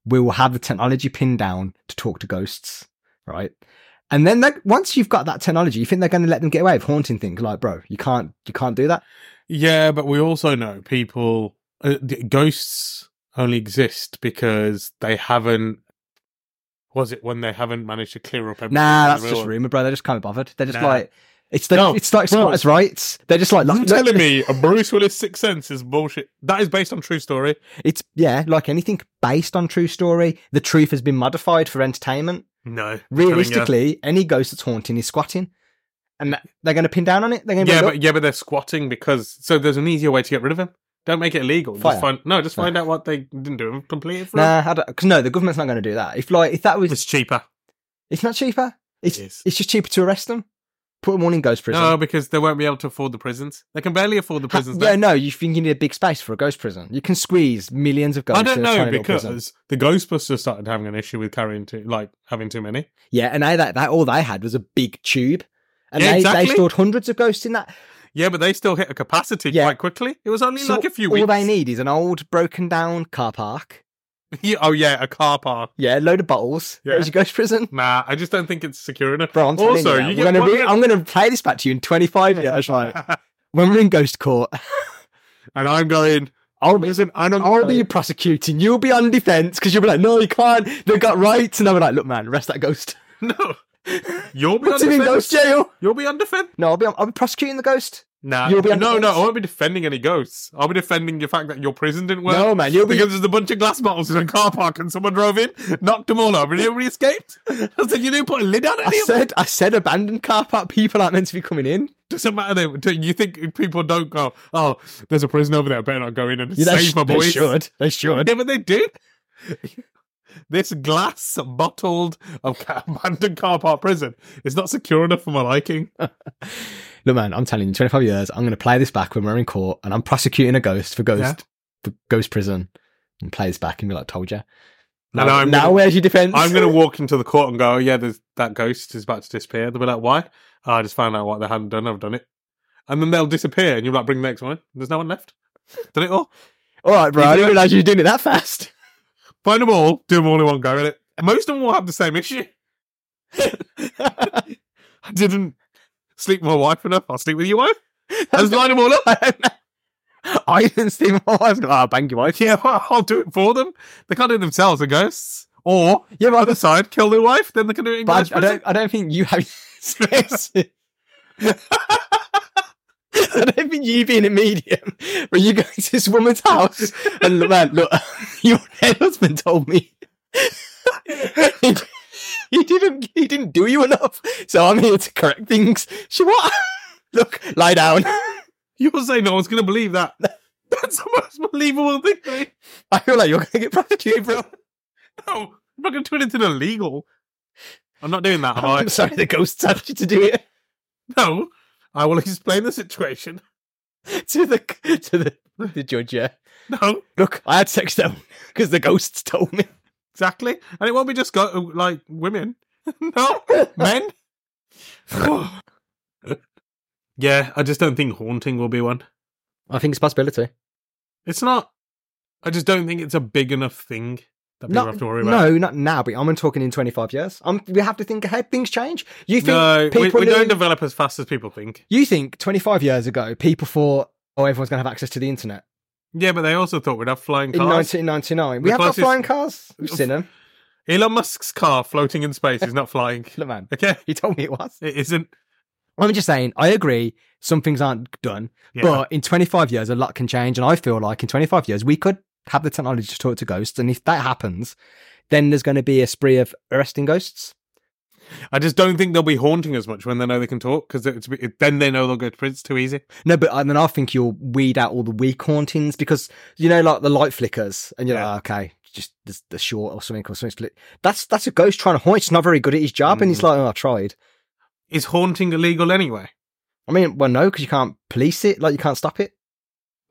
[SPEAKER 2] we will have the technology pinned down to talk to ghosts, right? And then that, once you've got that technology, you think they're going to let them get away with haunting things? Like, bro, you can't you can't do that.
[SPEAKER 1] yeah, but we also know people uh, d- ghosts only exist because they haven't. Was it when they haven't managed to clear up everything? in
[SPEAKER 2] Nah,
[SPEAKER 1] the
[SPEAKER 2] that's
[SPEAKER 1] real
[SPEAKER 2] just <laughs>
[SPEAKER 1] world?
[SPEAKER 2] rumor, bro. They're just kind of bothered. They're just
[SPEAKER 1] Nah.
[SPEAKER 2] like it's the,
[SPEAKER 1] No,
[SPEAKER 2] it's like
[SPEAKER 1] bro.
[SPEAKER 2] squatters' rights. They're just like
[SPEAKER 1] You're
[SPEAKER 2] like
[SPEAKER 1] telling me a Bruce Willis Sixth Sense is bullshit. That is based on true story.
[SPEAKER 2] it's yeah, like anything based on true story. The truth has been modified for entertainment.
[SPEAKER 1] No,
[SPEAKER 2] realistically, any ghost that's haunting is squatting, and that, they're going to pin down on it. They're going to
[SPEAKER 1] yeah,
[SPEAKER 2] be
[SPEAKER 1] but yeah, but they're squatting because so there's an easier way to get rid of him. Don't make it illegal.
[SPEAKER 2] Fire.
[SPEAKER 1] Just find no, just find out what they didn't do and complete it for him.
[SPEAKER 2] nah, because no, the government's not going to do that. If like if that was,
[SPEAKER 1] It's cheaper.
[SPEAKER 2] it's not cheaper. It's
[SPEAKER 1] It is.
[SPEAKER 2] it's just cheaper to arrest them, put them all in ghost prison.
[SPEAKER 1] No, because they won't be able to afford the prisons. They can barely afford the
[SPEAKER 2] Ha-
[SPEAKER 1] prisons.
[SPEAKER 2] yeah,
[SPEAKER 1] now.
[SPEAKER 2] no, you think you need a big space for a ghost prison? You can squeeze millions of ghosts.
[SPEAKER 1] I don't
[SPEAKER 2] in a
[SPEAKER 1] know
[SPEAKER 2] tiny little prison.
[SPEAKER 1] because the Ghostbusters started having an issue with carrying too, like having too many.
[SPEAKER 2] yeah, and they, that that all they had was a big tube, and
[SPEAKER 1] Yeah,
[SPEAKER 2] they,
[SPEAKER 1] exactly.
[SPEAKER 2] they stored hundreds of ghosts in that.
[SPEAKER 1] Yeah, but they still hit a capacity
[SPEAKER 2] Yeah.
[SPEAKER 1] quite quickly. It was only
[SPEAKER 2] So
[SPEAKER 1] like a few
[SPEAKER 2] all
[SPEAKER 1] weeks.
[SPEAKER 2] they need is an old, broken down car park.
[SPEAKER 1] <laughs> Yeah, oh yeah, a car park.
[SPEAKER 2] Yeah, a load of bottles.
[SPEAKER 1] Yeah.
[SPEAKER 2] It was a ghost prison. <laughs>
[SPEAKER 1] Nah, I just don't think it's secure enough.
[SPEAKER 2] Bro, I'm telling
[SPEAKER 1] also,
[SPEAKER 2] you,
[SPEAKER 1] you
[SPEAKER 2] now, we're
[SPEAKER 1] get
[SPEAKER 2] gonna
[SPEAKER 1] one
[SPEAKER 2] re-
[SPEAKER 1] minute-
[SPEAKER 2] I'm going to play this back to you in 25
[SPEAKER 1] <laughs>
[SPEAKER 2] years. Right? When we're in ghost court,
[SPEAKER 1] and I'm going.
[SPEAKER 2] I'll be,
[SPEAKER 1] Listen, I don't. <laughs>
[SPEAKER 2] I'll be prosecuting. You'll be on defense because you'll be like, no, you can't. They've got rights. And I'll be like, look, man, arrest that ghost.
[SPEAKER 1] <laughs> No, you'll be on
[SPEAKER 2] Put him in ghost
[SPEAKER 1] defense.
[SPEAKER 2] jail.
[SPEAKER 1] You'll be on defense.
[SPEAKER 2] No, I'll be, I'll be prosecuting the ghost.
[SPEAKER 1] Nah,
[SPEAKER 2] You'll be on
[SPEAKER 1] no,
[SPEAKER 2] the
[SPEAKER 1] no,
[SPEAKER 2] fence.
[SPEAKER 1] I won't be defending any ghosts. I'll be defending the fact that your prison didn't work.
[SPEAKER 2] no, man, you'll be.
[SPEAKER 1] because there's a bunch of glass bottles in a car park and someone drove in, knocked them all over, and everybody escaped. <laughs> I said, you didn't put a lid on
[SPEAKER 2] I
[SPEAKER 1] <laughs> any of them.
[SPEAKER 2] said, I said, abandoned car park. People aren't meant to be coming in.
[SPEAKER 1] Doesn't matter. They, do you think people don't go, oh, there's a prison over there, I better not go in
[SPEAKER 2] <laughs>
[SPEAKER 1] and
[SPEAKER 2] Yeah, they,
[SPEAKER 1] save
[SPEAKER 2] sh-
[SPEAKER 1] my
[SPEAKER 2] they
[SPEAKER 1] boys.
[SPEAKER 2] should. They should.
[SPEAKER 1] Yeah, but they do. this glass bottled of ca- abandoned car park prison is not secure enough for my liking.
[SPEAKER 2] Uh, Look, man, I'm telling you, in 25 years, I'm going to play this back when we're in court and I'm prosecuting a ghost for ghost,
[SPEAKER 1] Yeah.
[SPEAKER 2] for ghost prison, and play this back and be like, told you.
[SPEAKER 1] No,
[SPEAKER 2] Now,
[SPEAKER 1] no, I'm
[SPEAKER 2] now
[SPEAKER 1] gonna-
[SPEAKER 2] where's your defense?
[SPEAKER 1] I'm going to walk into the court and go, oh, yeah, there's, that ghost is about to disappear. They'll be like, why? "Oh, I just found out what they hadn't done. I've done it. And then they'll disappear and you're like, bring the next one. There's no one left. Done it all.
[SPEAKER 2] <laughs> All right, bro.
[SPEAKER 1] You
[SPEAKER 2] I
[SPEAKER 1] do
[SPEAKER 2] didn't
[SPEAKER 1] it.
[SPEAKER 2] realize you were doing it that fast. <laughs>
[SPEAKER 1] Find them all, do them all in one go at it. And most of them will have the same issue.
[SPEAKER 2] I
[SPEAKER 1] I didn't sleep with my wife enough. I'll sleep with your wife. I'll
[SPEAKER 2] <laughs>
[SPEAKER 1] just line them all up.
[SPEAKER 2] didn't see my wife. Oh, bang your wife.
[SPEAKER 1] Yeah, well, I'll do it for them. They can't do it themselves, the ghosts. Or,
[SPEAKER 2] Yeah, but,
[SPEAKER 1] other side, kill their wife, then they can do it in
[SPEAKER 2] but
[SPEAKER 1] ghost
[SPEAKER 2] I,
[SPEAKER 1] <laughs>
[SPEAKER 2] I
[SPEAKER 1] prison.
[SPEAKER 2] don't. I don't think you have. <laughs> I don't think you being a medium, but you go to this woman's house <laughs> and look, man, look, your head husband told me. <laughs> he didn't he didn't do you enough. So I'm here to correct things. She what? <laughs> Look, lie down. <laughs>
[SPEAKER 1] You're saying no one's going to believe that. <laughs> That's the most believable thing eh? to me.
[SPEAKER 2] I feel like you're gonna get prosecuted, bro.
[SPEAKER 1] No, I'm not going to do anything illegal. I'm not doing that, am I?
[SPEAKER 2] I'm sorry the ghosts asked you to do it.
[SPEAKER 1] No, I will explain the situation. <laughs>
[SPEAKER 2] <laughs> To the to the, the judge, yeah.
[SPEAKER 1] No,
[SPEAKER 2] Look, I had sex <laughs> though, because the ghosts told me. <laughs>
[SPEAKER 1] exactly. And it won't be just go, like women. <laughs> no, men. <laughs> yeah, I just don't think haunting will be one.
[SPEAKER 2] I think it's a possibility.
[SPEAKER 1] It's not. I just don't think it's a big enough thing that people
[SPEAKER 2] Not,
[SPEAKER 1] have to worry about.
[SPEAKER 2] no, not now, but I'm talking in 25 years. i we have to think ahead. Things change. You think
[SPEAKER 1] no, we,
[SPEAKER 2] people
[SPEAKER 1] we don't
[SPEAKER 2] who-
[SPEAKER 1] develop as fast as people think.
[SPEAKER 2] You think 25 years ago, people thought, oh, everyone's going to have access to the internet.
[SPEAKER 1] Yeah, but they also thought we'd have flying
[SPEAKER 2] In
[SPEAKER 1] cars.
[SPEAKER 2] 1999, we
[SPEAKER 1] The
[SPEAKER 2] have got
[SPEAKER 1] closest-
[SPEAKER 2] flying cars. We've seen them.
[SPEAKER 1] Elon Musk's car floating in space is not
[SPEAKER 2] <laughs>
[SPEAKER 1] flying.
[SPEAKER 2] Look, man,
[SPEAKER 1] Okay,
[SPEAKER 2] you told me it was.
[SPEAKER 1] it isn't.
[SPEAKER 2] I'm just saying, I agree, some things aren't done,
[SPEAKER 1] Yeah.
[SPEAKER 2] but in 25 years, a lot can change. And I feel like in 25 years, we could have the technology to talk to ghosts. And if that happens, then there's going to be a spree of arresting ghosts.
[SPEAKER 1] I just don't think they'll be haunting as much when they know they can talk because it, then they know they'll go to prison too easy.
[SPEAKER 2] No, but and then I think you'll weed out all the weak hauntings because you know, like the light flickers, and you're
[SPEAKER 1] Yeah.
[SPEAKER 2] like, "Oh, okay, just the, the short or something or something. split." That's that's a ghost trying to haunt. It's not very good at his job, and he's
[SPEAKER 1] Mm.
[SPEAKER 2] like, "Oh, I tried."
[SPEAKER 1] Is haunting illegal anyway?
[SPEAKER 2] I mean, well, no, because you can't police it. Like you can't stop it.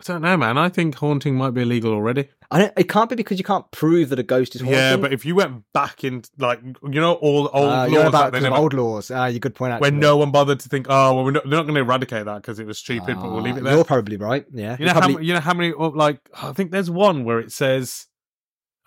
[SPEAKER 1] I don't know, man. I think haunting might be illegal already.
[SPEAKER 2] I don't. It can't be because you can't prove that a ghost is haunting.
[SPEAKER 1] Yeah, but if you went back in, like you know, all old
[SPEAKER 2] Uh,
[SPEAKER 1] laws
[SPEAKER 2] you're about
[SPEAKER 1] that they
[SPEAKER 2] because of
[SPEAKER 1] never-
[SPEAKER 2] old laws. Ah, you good point out.
[SPEAKER 1] when no one bothered to think, oh, well, we're not, they're not going to eradicate that because it was stupid, but we'll leave it there.
[SPEAKER 2] Ah, You're probably right. Yeah,
[SPEAKER 1] You
[SPEAKER 2] You're
[SPEAKER 1] know,
[SPEAKER 2] probably-
[SPEAKER 1] how, you know how many, or, like, I think there's one where it says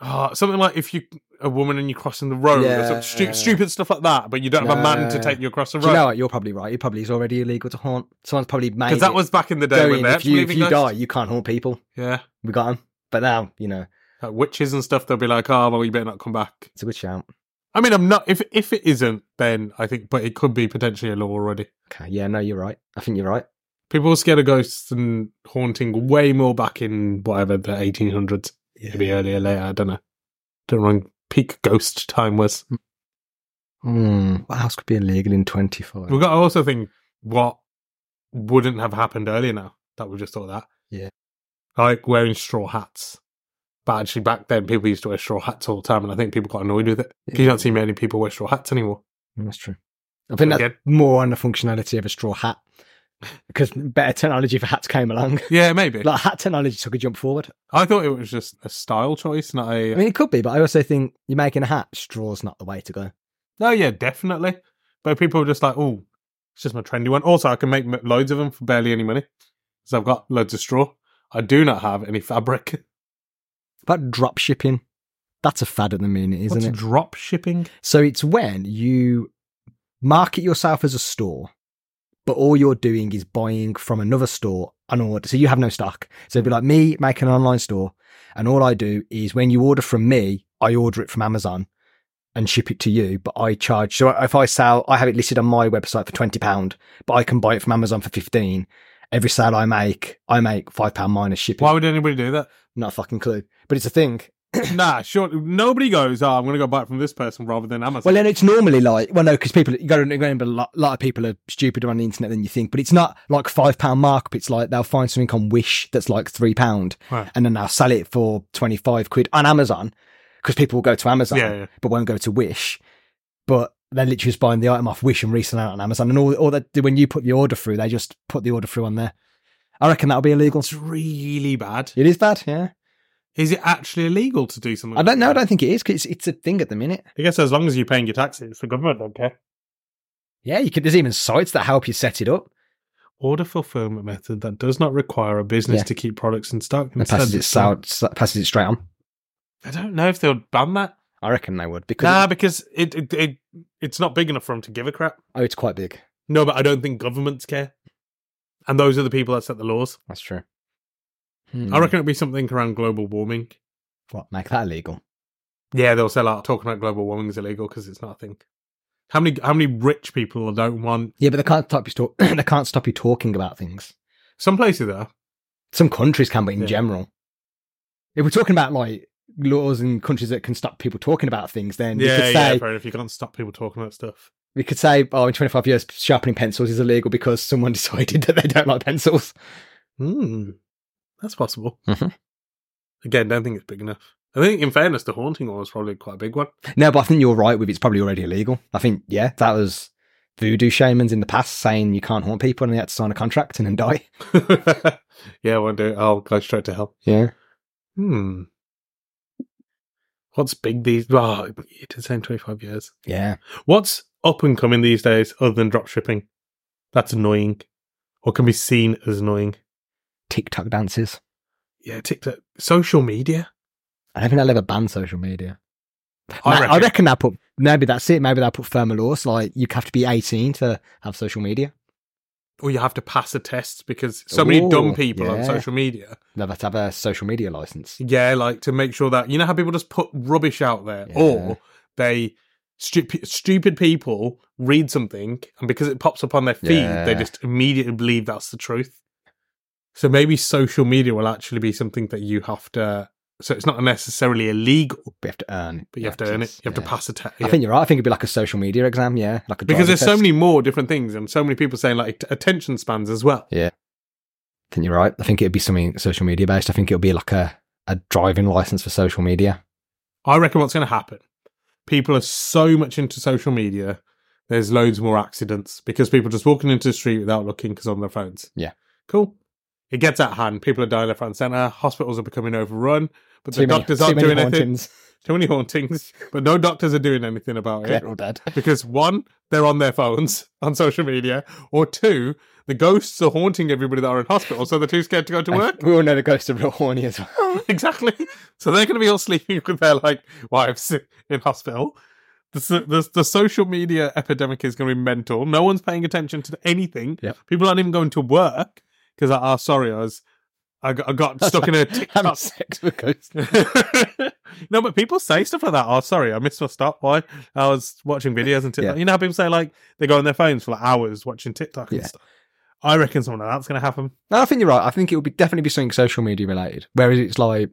[SPEAKER 1] uh, something like if you, a woman and you're crossing the road, or some
[SPEAKER 2] Yeah.
[SPEAKER 1] stu- stupid stuff like that, but you don't have a man to
[SPEAKER 2] Yeah.
[SPEAKER 1] take you across the
[SPEAKER 2] do you know
[SPEAKER 1] road.
[SPEAKER 2] what? You're probably right. It probably is already illegal to haunt. Someone's probably made
[SPEAKER 1] Because that
[SPEAKER 2] it
[SPEAKER 1] was back in the day when
[SPEAKER 2] going.
[SPEAKER 1] they
[SPEAKER 2] If
[SPEAKER 1] actually
[SPEAKER 2] you, if
[SPEAKER 1] believed in
[SPEAKER 2] you die,
[SPEAKER 1] ghosts.
[SPEAKER 2] you can't haunt people.
[SPEAKER 1] Yeah.
[SPEAKER 2] We got them. But now, you know,
[SPEAKER 1] Like witches and stuff, they'll be like, oh, well, you better not come back.
[SPEAKER 2] it's a good shout.
[SPEAKER 1] I mean, I'm not, if, if it isn't, then I think, but it could be potentially a law already.
[SPEAKER 2] Okay. Yeah, no, you're right. I think you're right.
[SPEAKER 1] People were scared of ghosts and haunting way more back in whatever the 1800s, maybe earlier, later. I don't know. Don't know when peak ghost time was.
[SPEAKER 2] Mm. Hmm. What else could be illegal in 25?
[SPEAKER 1] We've got to also think what wouldn't have happened earlier now that we just thought that.
[SPEAKER 2] Yeah.
[SPEAKER 1] Like wearing straw hats. But actually, back then, people used to wear straw hats all the time, and I think people got annoyed with it. 'Cause You don't see many people wear straw hats anymore.
[SPEAKER 2] That's true. I think that's
[SPEAKER 1] Again.
[SPEAKER 2] more on the functionality of a straw hat because better technology for hats came along.
[SPEAKER 1] Yeah, maybe.
[SPEAKER 2] Like hat technology took a jump forward.
[SPEAKER 1] I thought it was just a style choice, not a.
[SPEAKER 2] I mean, it could be, but I also think you're making a hat. Straw's not the way to go.
[SPEAKER 1] No, yeah, definitely. But people are just like, oh, it's just my trendy one. Also, I can make m- loads of them for barely any money because I've got loads of straw. I do not have any fabric. <laughs>
[SPEAKER 2] But drop shipping, that's a fad at the minute, isn't
[SPEAKER 1] What's
[SPEAKER 2] it?
[SPEAKER 1] drop shipping?
[SPEAKER 2] So it's when you market yourself as a store, but all you're doing is buying from another store an order. So you have no stock. So it'd be like me making an online store, and all I do is when you order from me, I order it from Amazon and ship it to you, but I charge. So if I sell, I have it listed on my website for twenty pound, but I can buy it from Amazon for fifteen. Every sale I make, I make five pound minus shipping.
[SPEAKER 1] Why would anybody do that? <coughs>
[SPEAKER 2] Not a fucking clue, but it's a thing.
[SPEAKER 1] nah, sure. Nobody goes, oh, I'm going to go buy it from this person rather than Amazon.
[SPEAKER 2] Well, then it's normally like, well, no, because people, you got to remember, a lot, lot of people are stupider on the internet than you think, but it's not like five pound markup. It's like they'll find something on Wish that's like three pound
[SPEAKER 1] Right.
[SPEAKER 2] and then they'll sell it for 25 quid on Amazon because people will go to Amazon
[SPEAKER 1] Yeah, yeah.
[SPEAKER 2] but won't go to Wish. But they're literally just buying the item off Wish and reselling it on Amazon. And all, all that, when you put the order through, they just put the order through on there. I reckon that'll be illegal.
[SPEAKER 1] It's really bad.
[SPEAKER 2] It is bad, yeah.
[SPEAKER 1] Is it actually illegal to do something?
[SPEAKER 2] I don't
[SPEAKER 1] like
[SPEAKER 2] know. I
[SPEAKER 1] that?
[SPEAKER 2] don't think it is because it's, it's a thing at the minute.
[SPEAKER 1] I guess as long as you're paying your taxes, the government don't care.
[SPEAKER 2] Yeah, you could, there's even sites that help you set it up.
[SPEAKER 1] Order fulfillment method that does not require a business
[SPEAKER 2] Yeah.
[SPEAKER 1] to keep products in stock.
[SPEAKER 2] and passes it
[SPEAKER 1] Instead,
[SPEAKER 2] sound, passes it straight on.
[SPEAKER 1] I don't know if they'll ban that.
[SPEAKER 2] I reckon they would because
[SPEAKER 1] Nah, because it, it it it's not big enough for them to give a crap.
[SPEAKER 2] oh, it's quite big.
[SPEAKER 1] No, but I don't think governments care. And those are the people that set the laws.
[SPEAKER 2] That's true.
[SPEAKER 1] Hmm. I
[SPEAKER 2] Mm.
[SPEAKER 1] reckon it'd be something around global warming.
[SPEAKER 2] What make that illegal?
[SPEAKER 1] Yeah, they'll sell out talking about global warming is illegal because it's not a thing. How many how many rich people don't want?
[SPEAKER 2] Yeah, but they can't stop you. Talk- <clears throat> they can't stop you talking about things.
[SPEAKER 1] Some places are.
[SPEAKER 2] Some countries can, but in
[SPEAKER 1] Yeah.
[SPEAKER 2] general, if we're talking about like laws in countries that can stop people talking about things, then
[SPEAKER 1] yeah,
[SPEAKER 2] you could
[SPEAKER 1] yeah,
[SPEAKER 2] say
[SPEAKER 1] fair enough. You can't stop people talking about stuff.
[SPEAKER 2] we could say, oh, in 25 years, sharpening pencils is illegal because someone <laughs> decided that they don't like pencils.
[SPEAKER 1] Hmm. That's possible.
[SPEAKER 2] Mhm.
[SPEAKER 1] Again, don't think it's big enough. I think, in fairness, the haunting one was probably quite a big one. <laughs>
[SPEAKER 2] No, but I think you're right with it's probably already illegal. I think yeah, that was voodoo shamans in the past saying you can't haunt people and they had to sign a contract and then die.
[SPEAKER 1] yeah, I won't do it. I'll go straight to hell.
[SPEAKER 2] Yeah,
[SPEAKER 1] Hmm. What's big these? Oh, you did say in 25 years.
[SPEAKER 2] yeah.
[SPEAKER 1] What's up and coming these days other than drop shipping? That's annoying. Or can be seen as annoying.
[SPEAKER 2] TikTok dances.
[SPEAKER 1] Yeah, TikTok. Social media?
[SPEAKER 2] I don't think they'll ever ban social media.
[SPEAKER 1] I
[SPEAKER 2] Ma-
[SPEAKER 1] reckon.
[SPEAKER 2] I reckon they'll put maybe that's it. Maybe they'll put firmer laws like you have to be 18 to have social media.
[SPEAKER 1] Or you have to pass a test because so many dumb
[SPEAKER 2] Ooh,
[SPEAKER 1] people on
[SPEAKER 2] yeah.
[SPEAKER 1] social media.
[SPEAKER 2] They'll have to have a social media license.
[SPEAKER 1] Yeah, like to make sure that you know how people just put rubbish out there,
[SPEAKER 2] Yeah.
[SPEAKER 1] or they stupid stupid people read something and because it pops up on their feed, they
[SPEAKER 2] Yeah.
[SPEAKER 1] just immediately believe that's the truth. So maybe social media will actually be something that you have to. So it's not necessarily illegal,
[SPEAKER 2] We have to earn.
[SPEAKER 1] but you have to earn it. You have to pass a test.
[SPEAKER 2] I think you're right. I think it'd be like a social media exam. Yeah, like a
[SPEAKER 1] because
[SPEAKER 2] driving
[SPEAKER 1] there's so
[SPEAKER 2] test.
[SPEAKER 1] many more different things and so many people saying like t- attention spans as well.
[SPEAKER 2] I think you're right. I think it'd be something social media based. I think it'll be like a, a driving license for social media.
[SPEAKER 1] I reckon what's going to happen. People are so much into social media. There's loads more accidents because people are just walking into the street without looking because on their phones.
[SPEAKER 2] Yeah.
[SPEAKER 1] Cool. It gets out of hand. People are dying left, right, and centre. Hospitals are becoming overrun, but the
[SPEAKER 2] Too many-
[SPEAKER 1] doctors
[SPEAKER 2] too
[SPEAKER 1] aren't
[SPEAKER 2] many
[SPEAKER 1] doing anything. <laughs>
[SPEAKER 2] hauntings.
[SPEAKER 1] Too many hauntings, but no doctors are doing anything about it
[SPEAKER 2] They're all dead.
[SPEAKER 1] because one, they're on their phones <laughs> on social media, or two, the ghosts are haunting everybody that are in hospital, so they're too scared to go to work.
[SPEAKER 2] <laughs> We all know the ghosts are real horny as
[SPEAKER 1] <laughs>
[SPEAKER 2] well.
[SPEAKER 1] exactly. So they're going to be all sleeping with their like wives in hospital. The, so- the, the social media epidemic is going to be mental. No one's paying attention to anything.
[SPEAKER 2] Yep.
[SPEAKER 1] People aren't even going to work because, ah, sorry, I was, I got, I got stuck in a
[SPEAKER 2] Having
[SPEAKER 1] TikTok.
[SPEAKER 2] sex with ghosts.
[SPEAKER 1] <laughs> no, but people say stuff like that. Oh, sorry, I missed my stop. Why? I was watching videos and TikTok.
[SPEAKER 2] Yeah.
[SPEAKER 1] You know how people say like they go on their phones for like hours watching TikTok and
[SPEAKER 2] Yeah.
[SPEAKER 1] stuff. I reckon something like that's going to happen.
[SPEAKER 2] No, I think you're right. I think it would be definitely be something social media related. Whereas it's like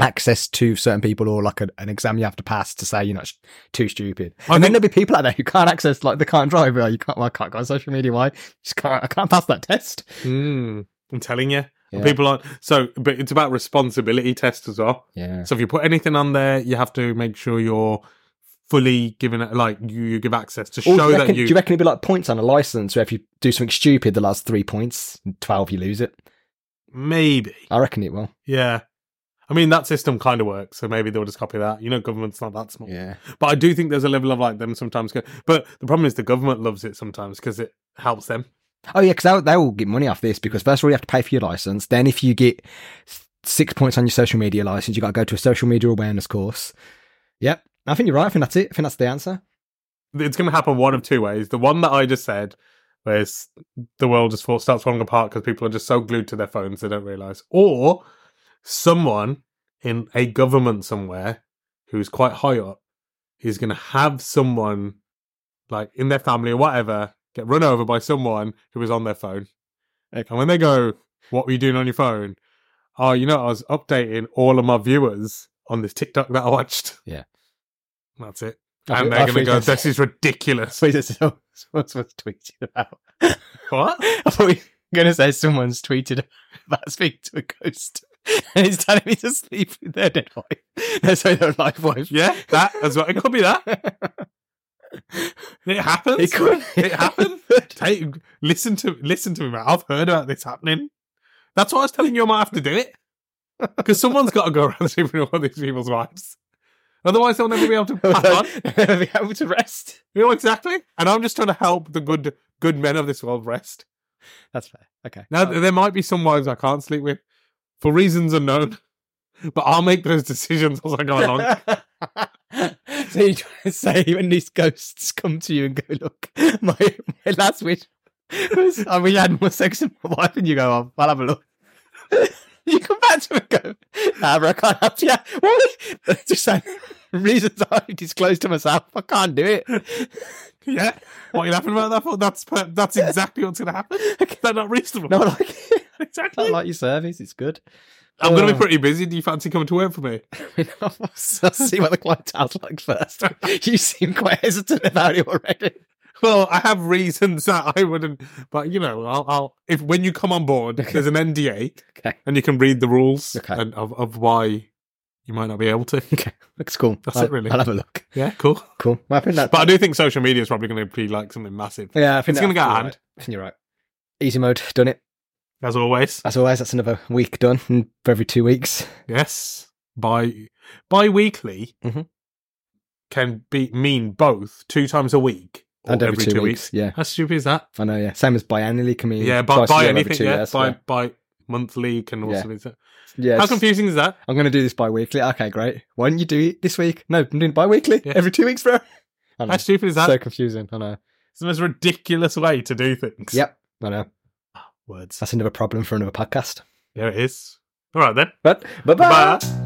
[SPEAKER 2] access to certain people or like a, an exam you have to pass to say you're not sh- too stupid.
[SPEAKER 1] I
[SPEAKER 2] and then
[SPEAKER 1] think-
[SPEAKER 2] there'll be people out there who can't access, like they can't drive. Like, you can't, well, I can't go on social media. Why? Just can't, I can't pass that test. Hmm.
[SPEAKER 1] Mm, I'm telling you. And
[SPEAKER 2] Yeah.
[SPEAKER 1] People aren't so, but it's about responsibility test as well.
[SPEAKER 2] Yeah.
[SPEAKER 1] So if you put anything on there, you have to make sure you're fully given it- like you, you give access to show
[SPEAKER 2] Or do, you reckon,
[SPEAKER 1] that you.
[SPEAKER 2] do you reckon it'd be like points on a license where if you do something stupid, the last three points, 12, you lose it?
[SPEAKER 1] maybe,
[SPEAKER 2] I reckon it will.
[SPEAKER 1] yeah. I mean that system kind of works, so maybe they'll just copy that. You know, government's not that small,
[SPEAKER 2] Yeah.
[SPEAKER 1] but I do think there's a level of like them sometimes. go- But the problem is the government loves it sometimes because it helps them.
[SPEAKER 2] Oh, yeah, because they'll, they'll get money off this because first of all, you have to pay for your license. Then, if you get s- six points on your social media license, you got to go to a social media awareness course. Yep. I think you're right. I think that's it. I think that's the answer.
[SPEAKER 1] It's going to happen one of two ways. The one that I just said, where it's, the world just fall- starts falling apart because people are just so glued to their phones they don't realize, or someone in a government somewhere who's quite high up is going to have someone like in their family or whatever get run over by someone who is on their phone.
[SPEAKER 2] Okay.
[SPEAKER 1] And when they go, "What were you doing on your phone?" Oh, you know, I was updating all of my viewers on this TikTok that I watched.
[SPEAKER 2] Yeah.
[SPEAKER 1] That's it. And
[SPEAKER 2] I think-
[SPEAKER 1] they're
[SPEAKER 2] I
[SPEAKER 1] going to
[SPEAKER 2] think
[SPEAKER 1] go,
[SPEAKER 2] that's-
[SPEAKER 1] this is ridiculous.
[SPEAKER 2] <laughs> Wait, that's- someone's was tweeted about. <laughs>
[SPEAKER 1] What?
[SPEAKER 2] I thought you were going to say someone's tweeted about speaking to a ghost <laughs> and it's telling me to sleep with their dead wife. <laughs> No, sorry, their live wife.
[SPEAKER 1] Yeah, that as well. It could be that. It happens.
[SPEAKER 2] It could.
[SPEAKER 1] It
[SPEAKER 2] <laughs>
[SPEAKER 1] happened. Take, listen to listen to me, man. I've heard about this happening. That's why I was telling you I might have to do it. Because someone's got to go around <laughs> sleeping with all these people's wives. Otherwise, they'll never be
[SPEAKER 2] <laughs>
[SPEAKER 1] able to pass on.
[SPEAKER 2] Never be able to rest.
[SPEAKER 1] You know exactly. And I'm just trying to help the good good men of this world rest.
[SPEAKER 2] That's fair. Okay.
[SPEAKER 1] Now, th- there might be some wives I can't sleep with for reasons unknown, but I'll make those <laughs> decisions as I go along.
[SPEAKER 2] <laughs> so you trying to say when these ghosts come to you and go, look, my, my last wish was I wish I had more sex with my wife, and you go, oh, I'll have a look. <laughs> you come back to it and go, nah, bro, I can't help you. <laughs> What? That's Just saying, reasons I disclosed to myself, I can't do it. <laughs>
[SPEAKER 1] Yeah. What are you laughing about that for? That's per- that's
[SPEAKER 2] <laughs>
[SPEAKER 1] exactly what's going to happen. They're not reasonable.
[SPEAKER 2] No, I like it.
[SPEAKER 1] <laughs>
[SPEAKER 2] I
[SPEAKER 1] exactly.
[SPEAKER 2] like your service, it's good.
[SPEAKER 1] I'm going to be
[SPEAKER 2] Oh.
[SPEAKER 1] pretty busy. Do you fancy coming to work for me?
[SPEAKER 2] <laughs> I'll see what the clientele's like first. <laughs> You seem quite hesitant about it already.
[SPEAKER 1] Well, I have reasons <laughs> that I wouldn't, but you know, I'll, I'll if when you come on board, there's an NDA,
[SPEAKER 2] <laughs> Okay.
[SPEAKER 1] and you can read the rules
[SPEAKER 2] Okay.
[SPEAKER 1] and of, of why you might not be able to.
[SPEAKER 2] Okay, looks cool.
[SPEAKER 1] That's
[SPEAKER 2] I'll,
[SPEAKER 1] it, really.
[SPEAKER 2] I'll have a look.
[SPEAKER 1] Yeah, <laughs> cool.
[SPEAKER 2] Cool. Well, I think that.
[SPEAKER 1] But I do think social media is probably going to be like something massive,
[SPEAKER 2] yeah, I think
[SPEAKER 1] it's gonna
[SPEAKER 2] that's
[SPEAKER 1] go
[SPEAKER 2] all
[SPEAKER 1] hand.
[SPEAKER 2] right. I think you're right. Easy mode, done it.
[SPEAKER 1] as always.
[SPEAKER 2] As always, that's another week done and for every two weeks.
[SPEAKER 1] Yes, bi bi-weekly
[SPEAKER 2] Mhm.
[SPEAKER 1] can be mean both two times a week or
[SPEAKER 2] And every two weeks, yeah.
[SPEAKER 1] How stupid is that?
[SPEAKER 2] I know, yeah. Same as biannually can mean
[SPEAKER 1] yeah, by,
[SPEAKER 2] Mm, twice a
[SPEAKER 1] by
[SPEAKER 2] year, every
[SPEAKER 1] anything.
[SPEAKER 2] two
[SPEAKER 1] Yeah,
[SPEAKER 2] years,
[SPEAKER 1] by by monthly can also
[SPEAKER 2] Yeah.
[SPEAKER 1] be. That.
[SPEAKER 2] yeah.
[SPEAKER 1] How
[SPEAKER 2] it's-
[SPEAKER 1] confusing is that?
[SPEAKER 2] I'm going to do this bi-weekly. Okay, great. Why don't you do it this week? No, I'm doing bi-weekly.
[SPEAKER 1] Yeah.
[SPEAKER 2] Every two weeks, bro. I know.
[SPEAKER 1] How stupid is that?
[SPEAKER 2] so confusing. I know.
[SPEAKER 1] It's the most ridiculous way to do things.
[SPEAKER 2] Yep. I know.
[SPEAKER 1] Words.
[SPEAKER 2] That's another problem for another podcast.
[SPEAKER 1] There it is. All right then.
[SPEAKER 2] But bye-bye.
[SPEAKER 1] Bye.